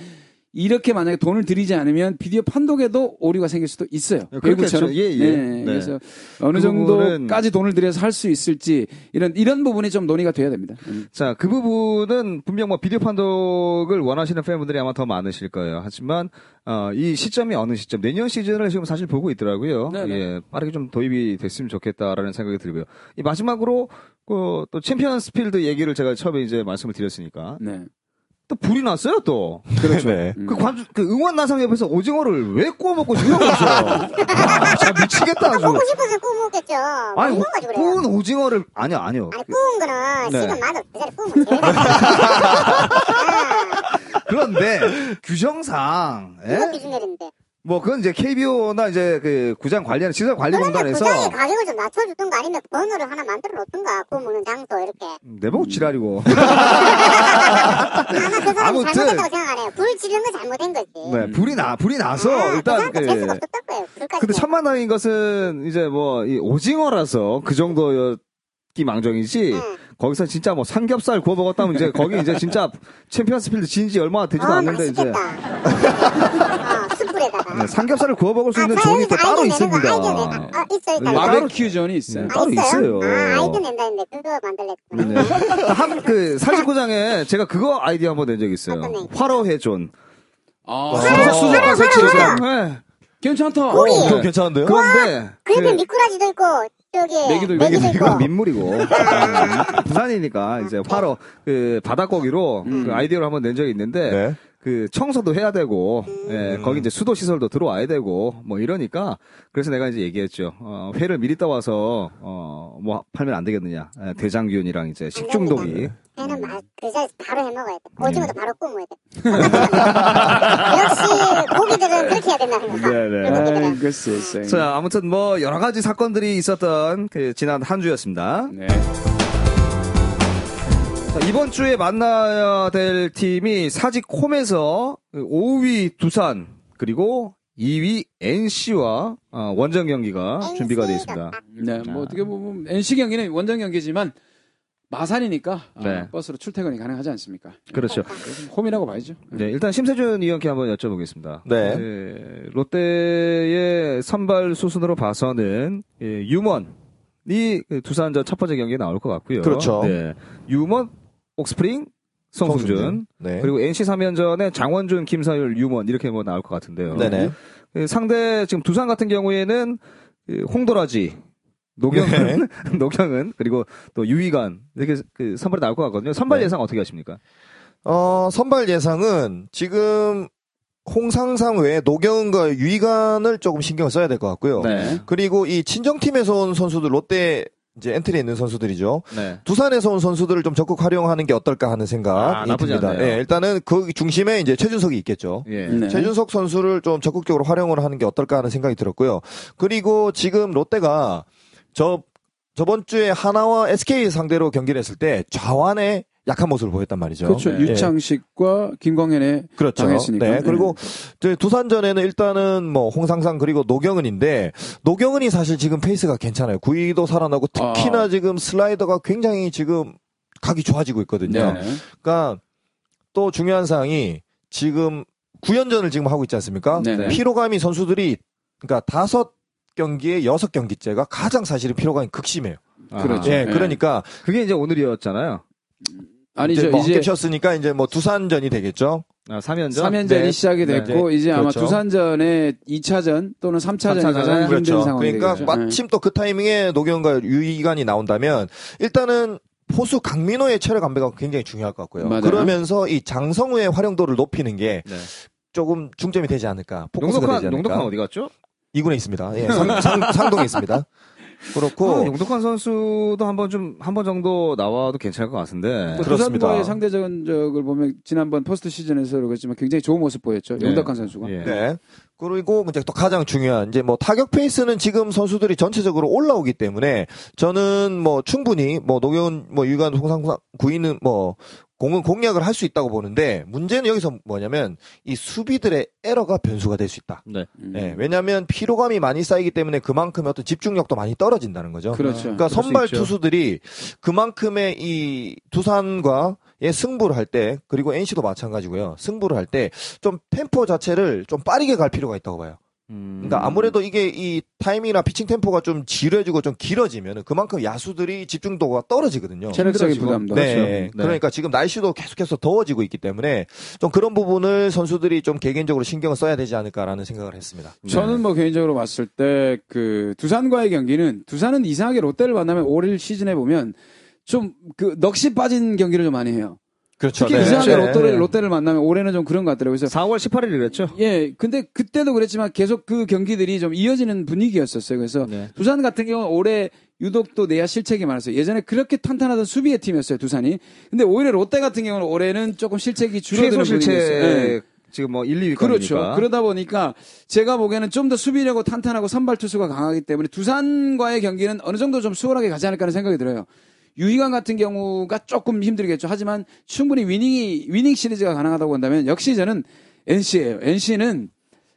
S2: 이렇게 만약에 돈을 들이지 않으면 비디오 판독에도 오류가 생길 수도 있어요.
S1: 예,
S2: 배구처럼.
S1: 그렇겠죠. 예, 예. 네.
S2: 그래서 어느
S1: 그 부분은-
S2: 정도까지 돈을 들여서 할 수 있을지 이런 이런 부분이 좀 논의가 돼야 됩니다. 음.
S1: 자, 그 부분은 분명 뭐 비디오 판독을 원하시는 팬분들이 아마 더 많으실 거예요. 하지만 어, 이 시점이 어느 시점? 내년 시즌을 지금 사실 보고 있더라고요.
S2: 네네.
S1: 예, 빠르게 좀 도입이 됐으면 좋겠다라는 생각이 들고요. 이 마지막으로 그, 또 챔피언스 필드 얘기를 제가 처음에 이제 말씀을 드렸으니까
S2: 네.
S1: 또 불이 났어요 또.
S4: 그렇죠. 네.
S1: 그 관중 그 응원 나상 옆에서 오징어를 왜 구워 먹고 싶어요? 아, 참 미치겠다 아주.
S3: 먹고 싶어서 구워 먹겠죠. 뭐
S1: 아니
S3: 이런
S1: 오-
S3: 거지 그래요.
S1: 구운 오징어를 아니요 아니요.
S3: 아니 구운 거는
S1: 네.
S3: 지금 맛없어. 그 자리 구우면 제일 맛있어.
S1: 그런데 규정상 예?
S3: 이거 기준 내리는데.
S1: 뭐 그건 이제 KBO나 이제 그 구장 관리하는 시설 관리
S3: 그러면
S1: 공단에서
S3: 부장의 가격을 좀 낮춰주던가 아니면 번호를 하나 만들어 놓던가 구워 먹는 장소 이렇게.
S1: [LAUGHS] 내보고 지랄이고
S3: 음.
S1: [LAUGHS]
S3: 아마 그 사람이
S1: 아무튼.
S3: 잘못했다고 생각하네요. 불 지른 건 잘못된 거지.
S1: 네 불이 나 불이 나서
S3: 음. 아,
S1: 일단
S3: 그 사람도 재수가
S1: 그
S3: 없었던 거예요. 불까지.
S1: 근데 천만다인 것은 이제 뭐 이 오징어라서 그 정도였기 망정이지
S3: 응.
S1: 거기서 진짜 뭐 삼겹살 구워 먹었다면 이제 거기 이제 진짜 챔피언스필드 진지 얼마 되지도
S3: 어,
S1: 않는데 이제 [LAUGHS]
S3: 맛있겠다. 어, 숯불에다가.
S1: 네, 삼겹살을 구워 먹을 수
S3: 아,
S1: 있는 종이 또 따로 있습니다.
S3: 아이디어 아, 있어요.
S1: 예,
S3: 있다.
S1: 따로-
S2: 바베큐 전이 있어요.
S1: 네. 따로 있어요.
S3: 아, 아이디어 낸다 했는데 그거 만들랬구나.
S1: 네. 한, 그, 사직구장에 제가 그거 아이디어 한번 낸 적이 있어요.
S3: 어떤 얘기?
S1: 화로해존.
S2: 아,
S4: 수박, 수박.
S1: 어, 수족과 설치해서. 네.
S2: 괜찮다.
S3: 고기.
S4: 그거
S1: 네.
S4: 어, 괜찮은데요?
S1: 그런데.
S3: 그래도
S1: 그-
S3: 미꾸라지도 있고 저기
S2: 메기도
S1: [LAUGHS]
S2: 있고.
S3: 메기도 있고.
S1: 이건 민물이고 네. 부산이니까 이제 화로 그 바닷고기로 그 아이디어를 한번 낸 적이 있는데
S4: 네.
S1: 그 청소도 해야 되고 예, 거기 이제 수도 시설도 들어와야 되고 뭐 이러니까 그래서 내가 이제 얘기했죠 어, 회를 미리 따와서 어, 뭐 팔면 안 되겠느냐 예, 대장균이랑 이제 식중독이
S3: 얘는 막 그자리에서 바로 해먹어야
S1: 음.
S3: 돼. 오징어도 바로 구워야 돼. [LAUGHS] 역시 고기들은 그렇게 해야 된다는 거.
S1: 네, 네.
S2: 아, 글쎄, 쎄.
S1: 자 아무튼 뭐 여러 가지 사건들이 있었던 그 지난 한 주였습니다
S2: 네.
S1: 자, 이번 주에 만나야 될 팀이 사직 홈에서 5위 두산 그리고 2위 NC와 아, 원정 경기가 준비가 되어 있습니다.
S2: 네, 뭐 어떻게 보면 NC 경기는 원정 경기지만 마산이니까 아,
S1: 네.
S2: 버스로 출퇴근이 가능하지 않습니까?
S1: 그렇죠.
S2: 그래서 홈이라고 봐야죠.
S1: 네, 일단 심세준 위원께 한번 여쭤보겠습니다.
S4: 네.
S1: 예, 롯데의 선발 수순으로 봐서는 예, 유먼이 그 두산전 첫 번째 경기에 나올 것 같고요.
S4: 그렇죠.
S1: 네. 유먼, 옥스프링, 송승준
S4: 네.
S1: 그리고 NC 3연전에 장원준, 김사율, 유먼 이렇게 뭐 나올 것 같은데요.
S4: 네네.
S1: 예, 상대 지금 두산 같은 경우에는 예, 홍도라지 [LAUGHS] 노경은
S2: 네.
S1: 노경은 그리고 또 유희관 이렇게 그 선발이 나올 것 같거든요. 선발
S4: 네.
S1: 예상 어떻게 하십니까?
S4: 어, 선발 예상은 지금 홍상상 외에 노경은과 유이간을 조금 신경 을 써야 될 것 같고요.
S1: 네.
S4: 그리고 이 친정팀에서 온 선수들 롯데 이제 엔트리에 있는 선수들이죠.
S1: 네.
S4: 두산에서 온 선수들을 좀 적극 활용하는 게 어떨까 하는
S1: 아,
S4: 생각이
S1: 나쁘지
S4: 듭니다.
S1: 않네요.
S4: 예, 일단은 그 중심에 이제 최준석이 있겠죠.
S1: 예.
S2: 네.
S4: 최준석 선수를 좀 적극적으로 활용을 하는 게 어떨까 하는 생각이 들었고요. 그리고 지금 롯데가 저 저번 주에 하나와 SK 상대로 경기를 했을 때 좌완의 약한 모습을 보였단 말이죠.
S2: 그렇죠.
S1: 네.
S2: 유창식과 김광현의
S4: 그렇죠.
S2: 당했으니까.
S4: 네.
S2: 네.
S4: 그리고 이제 두산전에는 일단은 뭐 홍상상 그리고 노경은인데 노경은이 사실 지금 페이스가 괜찮아요. 구위도 살아나고 특히나
S2: 아.
S4: 지금 슬라이더가 굉장히 지금 각이 좋아지고 있거든요.
S2: 네.
S4: 그러니까 또 중요한 사항이 지금 구연전을 지금 하고 있지 않습니까?
S2: 네네.
S4: 피로감이 선수들이 그러니까 다섯 경기에 여섯 경기째가 가장 사실은 피로감이 극심해요.
S2: 그렇죠.
S1: 아,
S4: 예,
S2: 네.
S4: 그러니까
S1: 그게 이제 오늘이었잖아요.
S4: 이제
S2: 아니죠.
S4: 뭐
S2: 이제
S4: 이제 쉬었으니까 이제 뭐 두산전이 되겠죠.
S1: 아, 3연전.
S2: 3연전이
S1: 네.
S2: 시작이
S1: 네.
S2: 됐고 이제 아마
S4: 그렇죠.
S2: 두산전의 2차전 또는 3차전이
S1: 삼차전에
S2: 가장 힘든 상황이
S4: 네, 그러니까
S2: 되겠죠.
S4: 마침 또 그 타이밍에 노경과 유희관이 나온다면 일단은 포수 강민호의 체력 안배가 굉장히 중요할 것 같고요.
S2: 맞아요.
S4: 그러면서 이 장성우의 활용도를 높이는 게
S1: 네.
S4: 조금 중점이 되지 않을까. 포커스가
S1: 용덕환
S4: 되지 않을까.
S1: 용덕환 어디 갔죠?
S4: 이군에 있습니다. 예, 상, 상, 상동에 있습니다.
S1: 아,
S4: 그렇고
S1: 용덕환 선수도 한번 좀 한 번 정도 나와도 괜찮을 것 같은데.
S2: 그
S4: 그렇습니다.
S2: 두산과의 상대전적을 보면 지난번 포스트 시즌에서 그렇지만 굉장히 좋은 모습 보였죠.
S1: 네.
S2: 용덕한 선수가.
S1: 예.
S4: 네. 그리고 이제 또 가장 중요한 이제 뭐 타격 페이스는 지금 선수들이 전체적으로 올라오기 때문에 저는 뭐 충분히 뭐 노경은 뭐 유관 홍상상 구인은 뭐 공은 공략을 할 수 있다고 보는데 문제는 여기서 뭐냐면 이 수비들의 에러가 변수가 될 수 있다.
S1: 네.
S2: 음.
S4: 예, 왜냐하면 피로감이 많이 쌓이기 때문에 그만큼의 어떤 집중력도 많이 떨어진다는 거죠.
S2: 그렇죠.
S4: 그러니까
S1: 그럴 수
S4: 선발
S1: 있죠.
S4: 투수들이 그만큼의 이 두산과 예, 승부를 할 때, 그리고 NC도 마찬가지고요. 승부를 할 때, 좀 템포 자체를 좀 빠르게 갈 필요가 있다고 봐요.
S1: 음.
S4: 그러니까 아무래도 이게 이 타이밍이나 피칭 템포가 좀 지루해지고 좀 길어지면 그만큼 야수들이 집중도가 떨어지거든요.
S2: 체력적인
S1: 힘들어지고.
S2: 부담도
S4: 네.
S2: 그렇죠.
S1: 네.
S4: 그러니까 지금 날씨도 계속해서 더워지고 있기 때문에 좀 그런 부분을 선수들이 좀 개개인적으로 신경을 써야 되지 않을까라는 생각을 했습니다.
S2: 저는 뭐 개인적으로 봤을 때 그 두산과의 경기는 두산은 이상하게 롯데를 만나면 올 시즌에 보면 좀 그 넋이 빠진 경기를 좀 많이 해요.
S4: 그렇죠.
S2: 특히 이상하게 롯데를 롯데를 만나면 올해는 좀 그런 것 같더라고요. 그래서
S1: 4월 18일 이랬죠?
S2: 예, 근데 그때도 그랬지만 계속 그 경기들이 좀 이어지는 분위기였었어요. 그래서
S1: 네.
S2: 두산 같은 경우는 올해 유독 또 내야 실책이 많았어요. 예전에 그렇게 탄탄하던 수비의 팀이었어요, 두산이. 근데 오히려 롯데 같은 경우는 올해는 조금 실책이
S1: 최소
S2: 줄어드는
S1: 실체
S2: 분위기였어요. 예.
S1: 지금 뭐 1, 2위가
S2: 그렇죠. 그러다 보니까 제가 보기에는 좀 더 수비력고 탄탄하고 선발 투수가 강하기 때문에 두산과의 경기는 어느 정도 좀 수월하게 가지 않을까 하는 생각이 들어요. 유희관 같은 경우가 조금 힘들겠죠. 하지만 충분히 위닝이 위닝 시리즈가 가능하다고 한다면 역시 저는 NC예요. NC는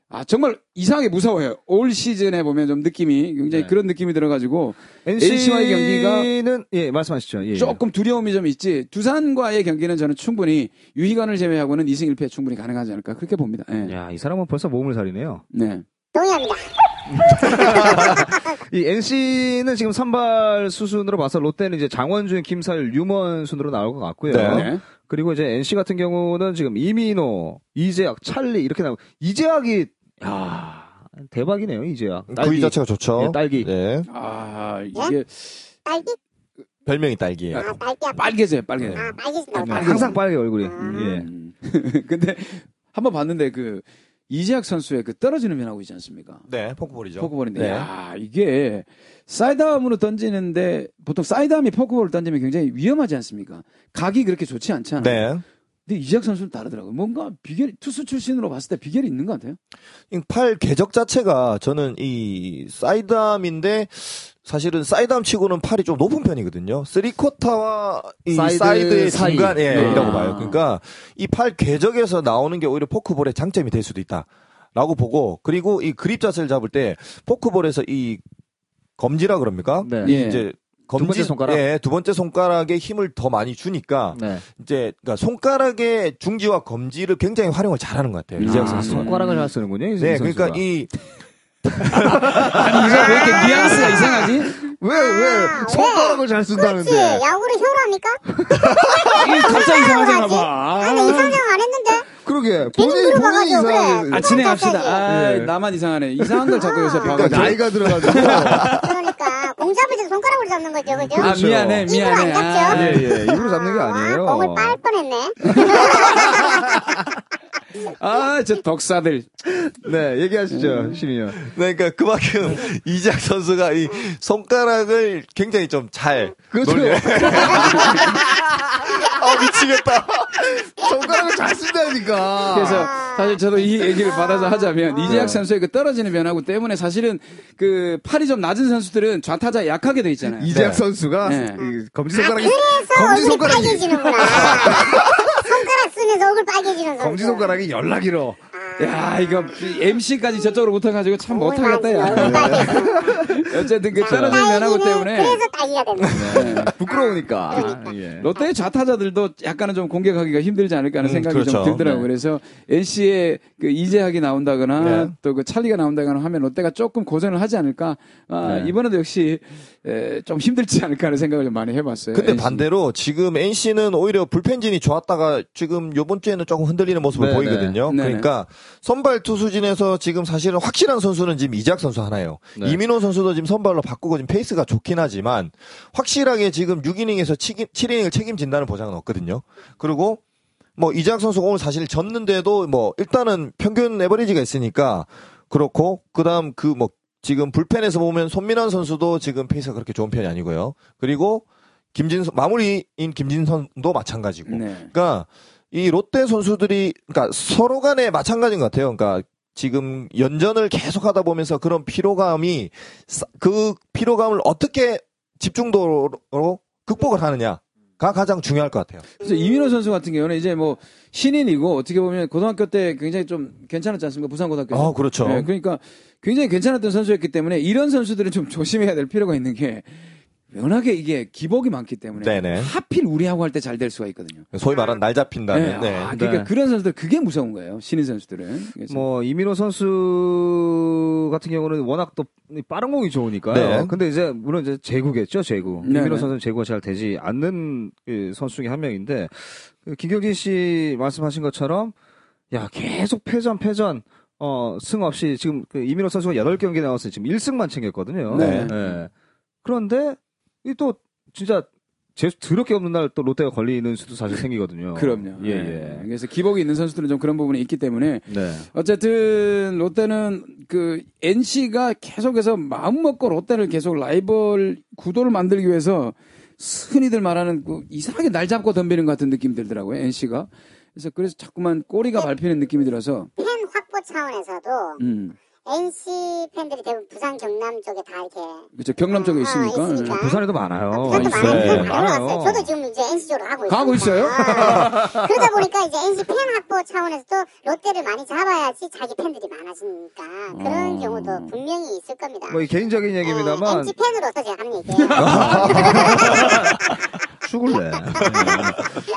S2: 아 정말 이상하게 무서워요. 올 시즌에 보면 좀 느낌이 굉장히
S1: 네.
S2: 그런 느낌이 들어가지고
S1: NC 와의
S2: NC와의 경기가
S1: 경기가는 예 말씀하시죠. 예.
S2: 조금 두려움이 좀 있지. 두산과의 경기는 저는 충분히 유희관을 제외하고는 2승 1패 충분히 가능하지 않을까 그렇게 봅니다.
S4: 네.
S2: 예.
S1: 야, 이 사람은 벌써 몸을 사리네요.
S2: 네.
S3: 동의합니다.
S1: 이 NC는 지금 선발 수순으로 봐서 롯데는 이제 장원준, 김사율, 유먼 순으로 나올 것 같고요.
S4: 네.
S2: 네.
S1: 그리고 이제 NC 같은 경우는 지금 이민호, 이재학, 찰리 이렇게 나오고 이재학이 야, 대박이네요, 이재학.
S4: 구위 자체가 좋죠.
S1: 예, 딸기.
S4: 예.
S2: 아 이게
S3: 딸기?
S4: 별명이 딸기예요.
S3: 아, 딸기야.
S2: 빨개져요 빨개.
S3: 아, 빨개진다.
S1: 아, 항상 빨개 얼굴이. 예.
S2: 음. [LAUGHS] 근데 한번 봤는데 그 이재학 선수의 그 떨어지는 변화구 있지 않습니까?
S4: 네, 포크볼이죠.
S2: 포크볼인데
S4: 네.
S2: 야 이게 사이드암으로 던지는데 보통 사이드암이 포크볼을 던지면 굉장히 위험하지 않습니까? 각이 그렇게 좋지 않잖아요.
S4: 네.
S2: 근데 이재학 선수는 다르더라고요. 뭔가 비결 투수 출신으로 봤을 때 비결이 있는 것 같아요.
S4: 이팔 궤적 자체가 저는 이 사이드암인데 사실은 사이드암 치고는 팔이 좀 높은 편이거든요. 쓰리쿼터와 이
S1: 사이드
S4: 사이드 의
S1: 사이. 네.
S4: 중간에 예,
S2: 아.
S4: 이라고 봐요. 그러니까 이 팔 궤적에서 나오는 게 오히려 포크볼의 장점이 될 수도 있다. 라고 보고 그리고 이 그립 자세를 잡을 때 포크볼에서 이 검지라 그럽니까?
S1: 네.
S2: 예.
S4: 이제
S1: 번째
S4: 검지
S1: 손가락?
S4: 예, 두 번째 손가락에 힘을 더 많이 주니까
S1: 네.
S4: 이제 그러니까 손가락의 중지와 검지를 굉장히 활용을 잘하는 것 같아요. 이재학
S2: 아,
S1: 아,
S4: 선수.
S1: 손가락을 잘 쓰는군요. 이재학
S4: 네, 그러니까
S1: 선수가.
S4: 이
S2: 아니 이재학 왜 이렇게 뉘앙스가 이상하지?
S1: 왜,
S4: 아!
S1: 왜, 손가락을 잘 쓴다는데.
S3: 그렇지. 야구를 혀로 합니까?
S2: 이게 갑자기 이상하잖아
S3: 하지?
S2: 봐.
S3: 아니, 이 설명 안 했는데.
S1: 그러게.
S3: 본인이
S1: 본인이, 본인이
S3: 물어봐가지고 그래.
S1: 이상하게.
S2: 아 진행합시다. 아
S1: 예.
S2: 나만 이상하네. 이상한 걸 자꾸 요새
S1: 그러니까
S2: 봐가지고.
S1: 나이가 들어가지고.
S3: 그러니까 공 잡을 때 손가락으로 잡는 거죠, 그죠?
S2: 아
S1: 그렇죠.
S2: 미안해
S3: 입으로 안
S2: 미안해.
S3: 잡죠?
S2: 아,
S1: 예, 예. 입으로 잡는 게 아니에요.
S3: 아, 공을 빨
S1: [LAUGHS]
S3: 뻔했네.
S2: 아, 저 덕사들.
S1: 네, 얘기하시죠, 시민요.
S4: 네, 그러니까
S1: [LAUGHS]
S4: 그만큼 이재학 선수가 이 손가락을 굉장히 좀 잘
S1: 그렇죠.
S4: 아 미치겠다.
S1: 손가락을 잘 쓴다니까.
S2: 그래서 사실 저도 이 얘기를 받아서 하자면 이재학
S1: 네.
S2: 선수의 그 떨어지는 변화구 때문에 사실은 그 팔이 좀 낮은 선수들은 좌타자 약하게 돼 있잖아요.
S1: 이재학
S4: 네.
S1: 선수가
S2: 네.
S1: 이 검지 손가락이
S3: 그래서
S1: 검지
S3: 얼굴이
S1: 손가락이-
S3: 빨개지는구나.
S1: [LAUGHS]
S3: 손가락 쓰면서 얼굴 빨개지는
S1: 검지
S3: 선수.
S1: 손가락이 연락 길어.
S2: 야, 이거 MC까지 저쪽으로 붙어가지고 참 못하겠다,
S3: 얼굴
S2: 야.
S3: 빨개지는
S2: 어쨌든 그 떨어지는 변화구 때문에.
S3: 그래서 딸기가 되는 거야.
S2: 네.
S1: 부끄러우니까. 예.
S2: 롯데 좌타자들도 약간은 좀 공격하기가 힘들지 않을까 하는
S4: 음,
S2: 생각이 좀
S4: 그렇죠.
S2: 들더라고요.
S1: 네.
S2: 그래서 NC의 그 이재학이 나온다거나
S4: 네.
S2: 또 그 찰리가 나온다거나 하면 롯데가 조금 고전을 하지 않을까. 아,
S1: 네.
S2: 이번에도 역시 에, 좀 힘들지 않을까 하는 생각을 좀 많이 해봤어요.
S4: 근데
S2: NC.
S4: 반대로 지금 NC는 오히려 불펜진이 좋았다가 지금 요번 주에는 조금 흔들리는 모습을
S1: 네네.
S4: 보이거든요.
S2: 네네.
S4: 그러니까 선발 투수진에서 지금 사실은 확실한 선수는 지금 이재학 선수 하나예요.
S1: 네.
S4: 이민호 선수도 지금 선발로 바꾸고 지금 페이스가 좋긴 하지만 확실하게 지금 6이닝에서 7이닝을 책임진다는 보장은 없거든요. 그리고 뭐 이재학 선수가 오늘 사실 졌는데도 뭐 일단은 평균 에버리지가 있으니까 그렇고 그다음 그 뭐 지금 불펜에서 보면 손민환 선수도 지금 페이스가 그렇게 좋은 편이 아니고요. 그리고 김진선 마무리인 김진선도 마찬가지고.
S2: 네.
S4: 그러니까 이 롯데 선수들이 그러니까 서로 간에 마찬가지인 것 같아요. 그러니까 지금 연전을 계속하다 보면서 그런 피로감이 싸- 그 피로감을 어떻게 집중도로 극복을 하느냐가 가장 중요할 것 같아요.
S2: 그래서 이민호 선수 같은 경우는 이제 뭐 신인이고 어떻게 보면 고등학교 때 굉장히 좀 괜찮았지 않습니까? 부산 고등학교.
S4: 아 그렇죠.
S2: 네, 그러니까 굉장히 괜찮았던 선수였기 때문에 이런 선수들은 좀 조심해야 될 필요가 있는 게 워낙에 이게 기복이 많기 때문에
S4: 네네.
S2: 하필 우리하고 할 때 잘 될 수가 있거든요.
S4: 소위 말하는 날 잡힌다는.
S2: 네.
S4: 네.
S2: 아,
S1: 네.
S2: 그러니까 그런 선수들 그게 무서운 거예요. 신인 선수들은. 그래서
S1: 뭐 이민호 선수 같은 경우는 워낙 또 빠른 공이 좋으니까요.
S4: 네.
S1: 근데 이제 물론 이제 제구겠죠, 제구.
S2: 네,
S1: 이민호
S2: 네.
S1: 선수는 제구가 잘 되지 않는 그 선수 중에 한 명인데 그 김경진 씨 말씀하신 것처럼 야 계속 패전 패전 어, 승 없이 지금 그 이민호 선수가 8경기 나와서 지금 1승만 챙겼거든요.
S2: 네.
S1: 예. 그런데 이 또 진짜 재수 드럽게 없는 날 또 롯데가 걸리는 수도 사실 생기거든요.
S2: [LAUGHS] 그럼요.
S1: 예,
S2: 네.
S1: 예.
S2: 그래서 기복이 있는 선수들은 좀 그런 부분이 있기 때문에
S1: 네.
S2: 어쨌든 롯데는 그 NC가 계속해서 마음 먹고 롯데를 계속 라이벌 구도를 만들기 위해서 흔히들 말하는 그 이상하게 날 잡고 덤비는 것 같은 느낌이 들더라고요. NC가. 그래서 그래서 자꾸만 꼬리가 밟히는 느낌이 들어서
S3: 팬 확보 차원에서도
S2: 음.
S3: NC 팬들이 대부분 부산 경남 쪽에 다 이렇게
S2: 그렇죠. 경남 쪽에
S3: 아,
S2: 있으니까.
S3: 있으니까.
S1: 부산에도 많아요.
S3: 부산도
S4: 있어요.
S3: 많아요. 부산
S4: 네.
S3: 많이 올라갔어요. 저도 지금 이제 NC 쪽으로 가고 있어요.
S2: 가고 있어요?
S3: 그러다 보니까 이제 NC 팬 확보 차원에서 또 롯데를 많이 잡아야지 자기 팬들이 많아지니까 그런
S2: 어.
S3: 경우도 분명히 있을 겁니다.
S1: 뭐이 개인적인
S3: 네,
S1: 얘기입니다만
S3: NC 팬으로서 제가 하는 얘기예요. [LAUGHS]
S1: 죽을래. 네.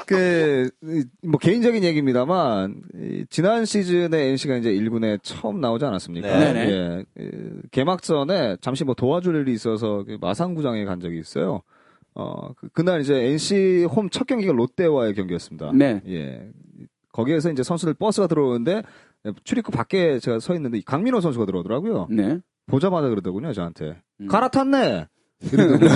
S1: 그, 이, 뭐, 개인적인 얘기입니다만, 이, 지난 시즌에 NC가 이제 1군에 처음 나오지 않았습니까?
S4: 네.
S2: 네네.
S1: 예. 그, 개막전에 잠시 뭐 도와줄 일이 있어서 그 마산구장에 간 적이 있어요. 어, 그, 날 이제 NC 홈 첫 경기가 롯데와의 경기였습니다.
S2: 네.
S1: 예. 거기에서 이제 선수들 버스가 들어오는데, 출입구 밖에 제가 서 있는데, 강민호 선수가 들어오더라고요.
S2: 네.
S1: 보자마자 그러더군요, 저한테.
S2: 음.
S1: 갈아탔네!
S2: [LAUGHS]
S1: 이러더군요.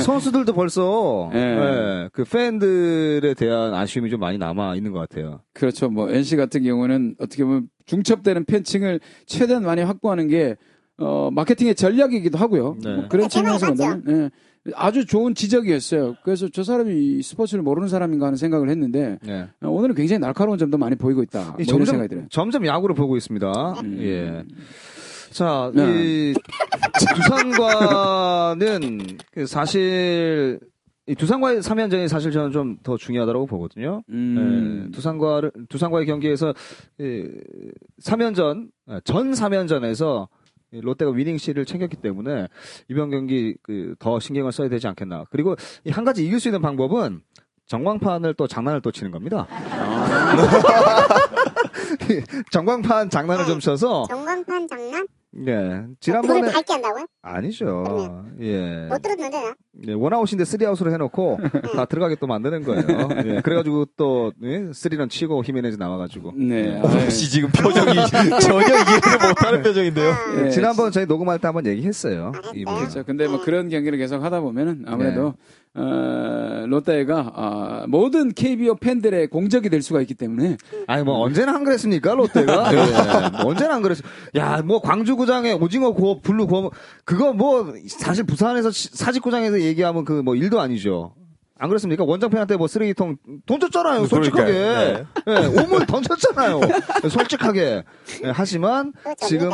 S1: 선수들도 벌써,
S2: 예.
S1: 예, 그 팬들에 대한 아쉬움이 좀 많이 남아 있는 것 같아요.
S2: 그렇죠. 뭐 NC 같은 경우는 어떻게 보면 중첩되는 팬층을 최대한 많이 확보하는 게 어, 마케팅의 전략이기도 하고요.
S1: 네.
S2: 뭐 그런
S3: 네,
S2: 측면에서
S3: 개발이
S2: 본다면 예, 아주 좋은 지적이었어요. 그래서 저 사람이 이 스포츠를 모르는 사람인가 하는 생각을 했는데
S1: 예.
S2: 어, 오늘은 굉장히 날카로운 점도 많이 보이고 있다. 뭐
S1: 이
S2: 이런
S1: 아, 점점,
S2: 생각이 들어요.
S1: 점점 야구를 보고 있습니다.
S2: 음.
S1: 예. 자,
S2: 네.
S1: 이 두산과는 그 사실, 이 두산과의 3연전이 사실 저는 좀 더 중요하다고 보거든요.
S2: 음.
S1: 예, 두산과를 두산과의 경기에서 3연전 아, 전 3연전에서 롯데가 위닝 시를 챙겼기 때문에 이번 경기 그, 더 신경을 써야 되지 않겠나. 그리고 이한 가지 이길 수 있는 방법은 전광판을 또 장난을 또 치는 겁니다. [LAUGHS] 전광판 장난을 좀 쳐서
S3: 전광판 장난?
S1: 예
S3: 그걸
S1: 지난번에
S3: 밝게 한다고요?
S1: 아니죠. 예.
S3: 못 들었는데 나.
S1: 예, 원아웃인데 쓰리아웃으로 해놓고 다 들어가게 또 만드는 거예요. 예, 그래가지고 또 예, 쓰리런 치고 히메네즈 나와가지고.
S2: 네.
S1: 예.
S2: 아유,
S4: 혹시 지금 표정이 [LAUGHS] 네. 전혀 이해를 못하는 표정인데요.
S2: 예,
S1: 지난번 저희 녹음할 때 한번 얘기했어요. 이 문제.
S2: 그렇죠. 근데 뭐 그런 경기를 계속 하다 보면은 아무래도
S1: 네.
S2: 어, 롯데가 아, 모든 KBO 팬들의 공적이 될 수가 있기 때문에
S1: 아니 뭐 언제나 안 그랬습니까 롯데가? 예, 뭐 언제나 안 그랬어. 야뭐 광주구장에 오징어 구워 블루 구워 먹- 그거 뭐 사실 부산에서 시- 사직구장에서 얘기하면 그 뭐 일도 아니죠. 안 그렇습니까? 원장팬한테 뭐 쓰레기통 던졌잖아요, 솔직하게.
S4: 그러니까요.
S1: 예, 오물 던졌잖아요, 솔직하게. 예, 하지만
S3: 또
S1: 지금은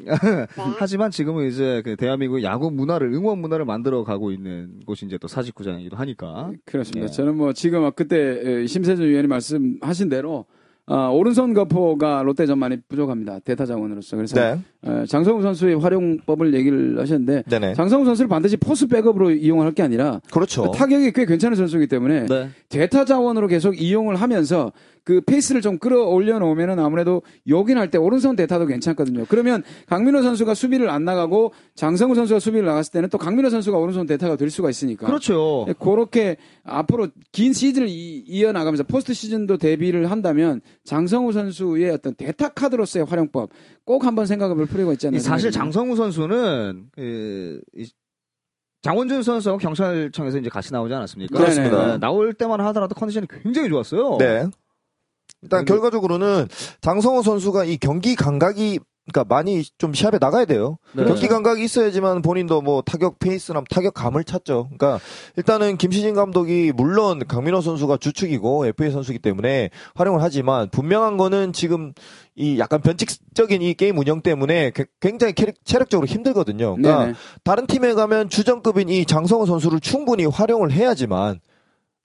S1: 예,
S3: 접니다. 네.
S1: 하지만 지금은 이제 그 대한민국 야구 문화를 응원 문화를 만들어 가고 있는 곳이 이제 또 사직구장이기도 하니까.
S2: 그렇습니다.
S1: 예.
S2: 저는 뭐 지금 막 그때 에, 심세준 위원이 말씀하신 대로 아, 오른손 거포가 롯데전 많이 부족합니다. 대타 자원으로서. 그래서
S4: 네.
S2: 어, 장성우 선수의 활용법을 얘기를 하셨는데
S4: 네네.
S2: 장성우 선수를 반드시 포수 백업으로 이용할 게 아니라
S4: 그렇죠.
S2: 타격이 꽤 괜찮은 선수이기 때문에
S1: 네.
S2: 대타 자원으로 계속 이용을 하면서 그 페이스를 좀 끌어올려 놓으면은 아무래도 요긴할 때 오른손 대타도 괜찮거든요. 그러면 강민호 선수가 수비를 안 나가고 장성우 선수가 수비를 나갔을 때는 또 강민호 선수가 오른손 대타가 될 수가 있으니까.
S1: 그렇죠.
S2: 예, 그렇게 앞으로 긴 시즌을 이- 이어나가면서 포스트 시즌도 대비를 한다면 장성우 선수의 어떤 대타 카드로서의 활용법 꼭 한번 생각을 풀리고 있지 않나
S1: 이 사실
S2: 생각이
S1: 장성우 선수는 그, 이 장원준 선수하고 경찰청에서 이제 같이 나오지 않았습니까?
S2: 그렇습니다.
S1: 네, 나올 때만 하더라도 컨디션이 굉장히 좋았어요.
S4: 네. 일단
S1: 근데-
S4: 음. 결과적으로는 장성호 선수가 이 경기 감각이 그러니까 많이 좀 시합에 나가야 돼요.
S1: 네.
S2: 그렇죠.
S4: 경기 감각이 있어야지만 본인도 뭐 타격 페이스나 타격감을 찾죠. 그러니까 일단은 김시진 감독이 물론 강민호 선수가 주축이고 FA 선수이기 때문에 활용을 하지만 분명한 거는 지금 이 약간 변칙적인 이 게임 운영 때문에 게- 굉장히 캐릭- 체력적으로
S2: 듭니다.
S4: 힘들거든요. 그러니까
S2: 네네.
S4: 다른 팀에 가면 주전급인 이 장성호 선수를 충분히 활용을 해야지만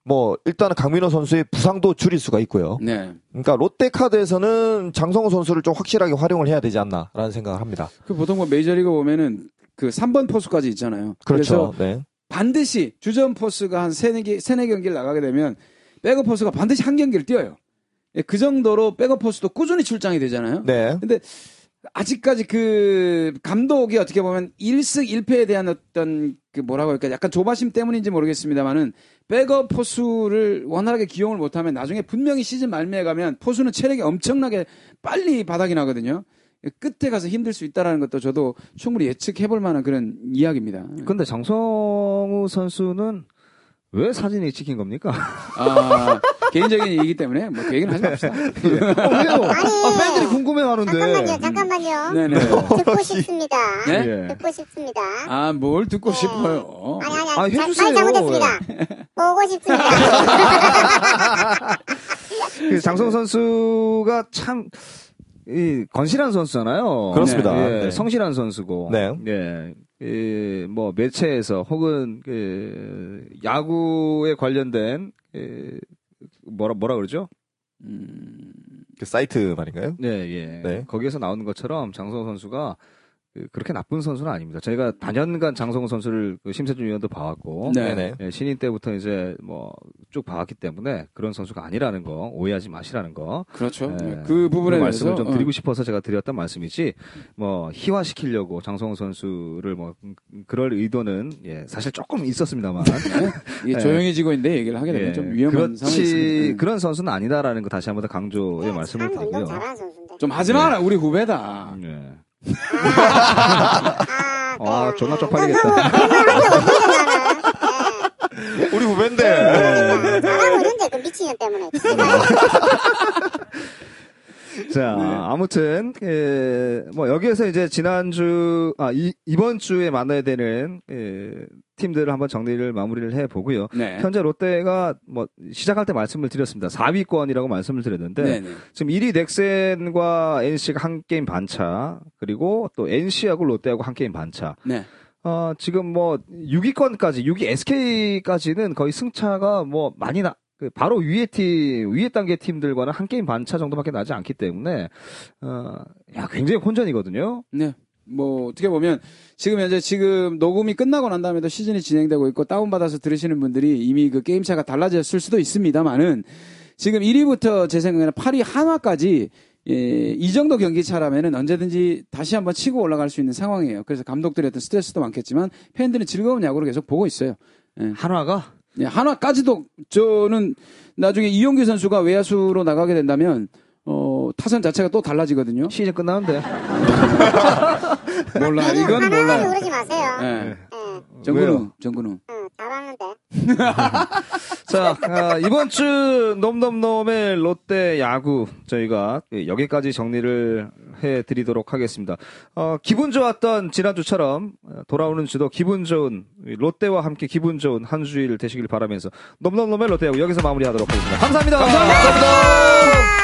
S4: 뭐 일단은 강민호 선수의 부상도 줄일 수가 있고요.
S2: 네.
S4: 그러니까 롯데 카드에서는 장성호 선수를 좀 확실하게 활용을 해야 되지 않나라는 생각을 합니다.
S2: 그 보통 뭐 메이저리그 보면은 그 3번 포수까지 있잖아요. 래서
S4: 그렇죠. 네.
S2: 반드시 주전 포스가 한 세네 개, 세네 경기를 나가게 되면 백업 포스가 반드시 한 경기를 뛰어요. 예, 그 정도로 백업 포스도 꾸준히 출장이 되잖아요.
S4: 네.
S2: 근데 아직까지 그 감독이 어떻게 보면 1승 1패에 대한 어떤 그 뭐라고 할까 약간 조바심 때문인지 모르겠습니다만은 백업 포수를 원활하게 기용을 못하면 나중에 분명히 시즌 말미에 가면 포수는 체력이 엄청나게 빨리 바닥이 나거든요. 끝에 가서 힘들 수 있다라는 것도 저도 충분히 예측해볼 만한 그런 이야기입니다.
S1: 근데 정성우 선수는 왜 사진이 찍힌 겁니까?
S2: 아, 개인적인 얘기이기 때문에 뭐 그 얘기는 하지 맙시다.
S1: [LAUGHS] 어, 왜요?
S3: 아니.
S1: 아, 팬들이 궁금해하는데.
S3: 잠깐만요, 그 잠깐만요.
S2: 네네.
S3: 듣고 싶습니다.
S2: 네?
S1: 예.
S3: 듣고 싶습니다.
S2: 아, 뭘 듣고 싶어요.
S3: 아니, 아니,
S1: 아,
S3: 아니. 자,
S1: 해주세요.
S3: 말 잘못했습니다. 보고 싶습니다.
S2: [LAUGHS]
S1: 그
S4: 네.
S1: 장성 선수가 참, 이, 건실한 선수잖아요.
S4: 그렇습니다.
S1: 예,
S4: 네.
S1: 성실한 선수고.
S4: 네.
S1: 예. 이, 뭐, 매체에서 혹은, 그, 야구에 관련된, 이, 뭐라, 뭐라 그러죠?
S2: 음,
S4: 그 사이트 말인가요?
S1: 네, 예.
S4: 네.
S1: 거기에서 나오는 것처럼 장성호 선수가 그- 그렇게 나쁜 선수는 아닙니다. 저희가 단연간 장성호 선수를 그 심세준 위원도 봐왔고,
S2: 네.
S4: 네네.
S1: 예, 신인 때부터 이제 뭐 쭉 봐왔기 때문에 그런 선수가 아니라는 거 오해하지 마시라는 거
S2: 그렇죠.
S1: 예.
S2: 그 부분에
S1: 그런
S2: 대해서
S1: 말씀을 좀
S2: 어.
S1: 드리고 싶어서 제가 드렸던 말씀이지 뭐 희화시키려고 장성호 선수를 뭐 그럴 의도는 예, 사실 조금 있었습니다만
S2: [LAUGHS] 이게
S1: 예.
S2: 조용해지고 있는데 얘기를 하게 되면
S1: 예,
S2: 좀 위험한 상황이
S1: 그렇지
S2: 있습니다.
S1: 그런 선수는 아니다라는 거 다시 한 번 더 강조의 말씀을
S3: 참 운동
S1: 드리고요.
S3: 잘하는 선수인데.
S2: 좀 하지 마라 우리 후배다.
S1: 예. [LAUGHS]
S3: 아,
S1: 아,
S3: 그래요.
S1: 존나 쪽팔리겠다.
S3: 너무 그만한 게 없는데, 나는.
S4: 우리 후배인데.
S3: 예. 잘하고 있는데, 그 미친년
S1: [LAUGHS]
S3: 때문에.
S2: 어,
S1: 자,
S2: 네.
S1: 아무튼, 예, 뭐, 여기에서 이제 지난주, 아, 이, 이번 주에 만나야 되는, 예, 팀들을 한번 정리를 마무리를 해 보고요.
S2: 네.
S1: 예. 현재 롯데가 뭐, 시작할 때 말씀을 드렸습니다. 4위권이라고 말씀을 드렸는데,
S2: 네. 네.
S1: 지금 1위 넥센과 NC가 한 게임 반차, 그리고 또 NC하고 롯데하고 한 게임 반차.
S2: 네.
S1: 어, 지금 뭐, 6위권까지, 6위 SK까지는 거의 승차가 뭐, 많이 나, 그 바로 위에 팀, 위에 단계 팀들과는 한 게임 반차 정도밖에 나지 않기 때문에, 어, 야, 굉장히 혼전이거든요.
S2: 네. 뭐 어떻게 보면 지금 현재 지금 녹음이 끝나고 난 다음에도 시즌이 진행되고 있고 다운 받아서 들으시는 분들이 이미 그 게임 차가 달라졌을 수도 있습니다만은 지금 1위부터 제 생각에는 8위 한화까지 예, 이 정도 경기 차라면은 언제든지 다시 한번 치고 올라갈 수 있는 상황이에요. 그래서 감독들의 어떤 스트레스도 많겠지만 팬들은 즐거운 야구를 계속 보고 있어요. 예.
S1: 한화가?
S2: 예, 한화까지도 저는 나중에 이용규 선수가 외야수로 나가게 된다면 어, 타선 자체가 또 달라지거든요.
S1: 시즌 끝나는데.
S2: 몰라.
S3: 아니요,
S2: 이건
S3: 하나하나
S2: 몰라.
S3: 그러지 마세요.
S2: 예.
S3: 예.
S2: 정근우, 정근우.
S3: 응, 잘하는데.
S1: 자, 아, 이번 주 놈놈놈의 롯데 야구 저희가 예, 여기까지 정리를 해 드리도록 하겠습니다. 어, 기분 좋았던 지난주처럼 어, 돌아오는 주도 기분 좋은 이 롯데와 함께 기분 좋은 한 주일 되시길 바라면서 놈놈놈의 롯데 야구 여기서 마무리하도록 하겠습니다 감사합니다. 감사합니다.
S3: [LAUGHS]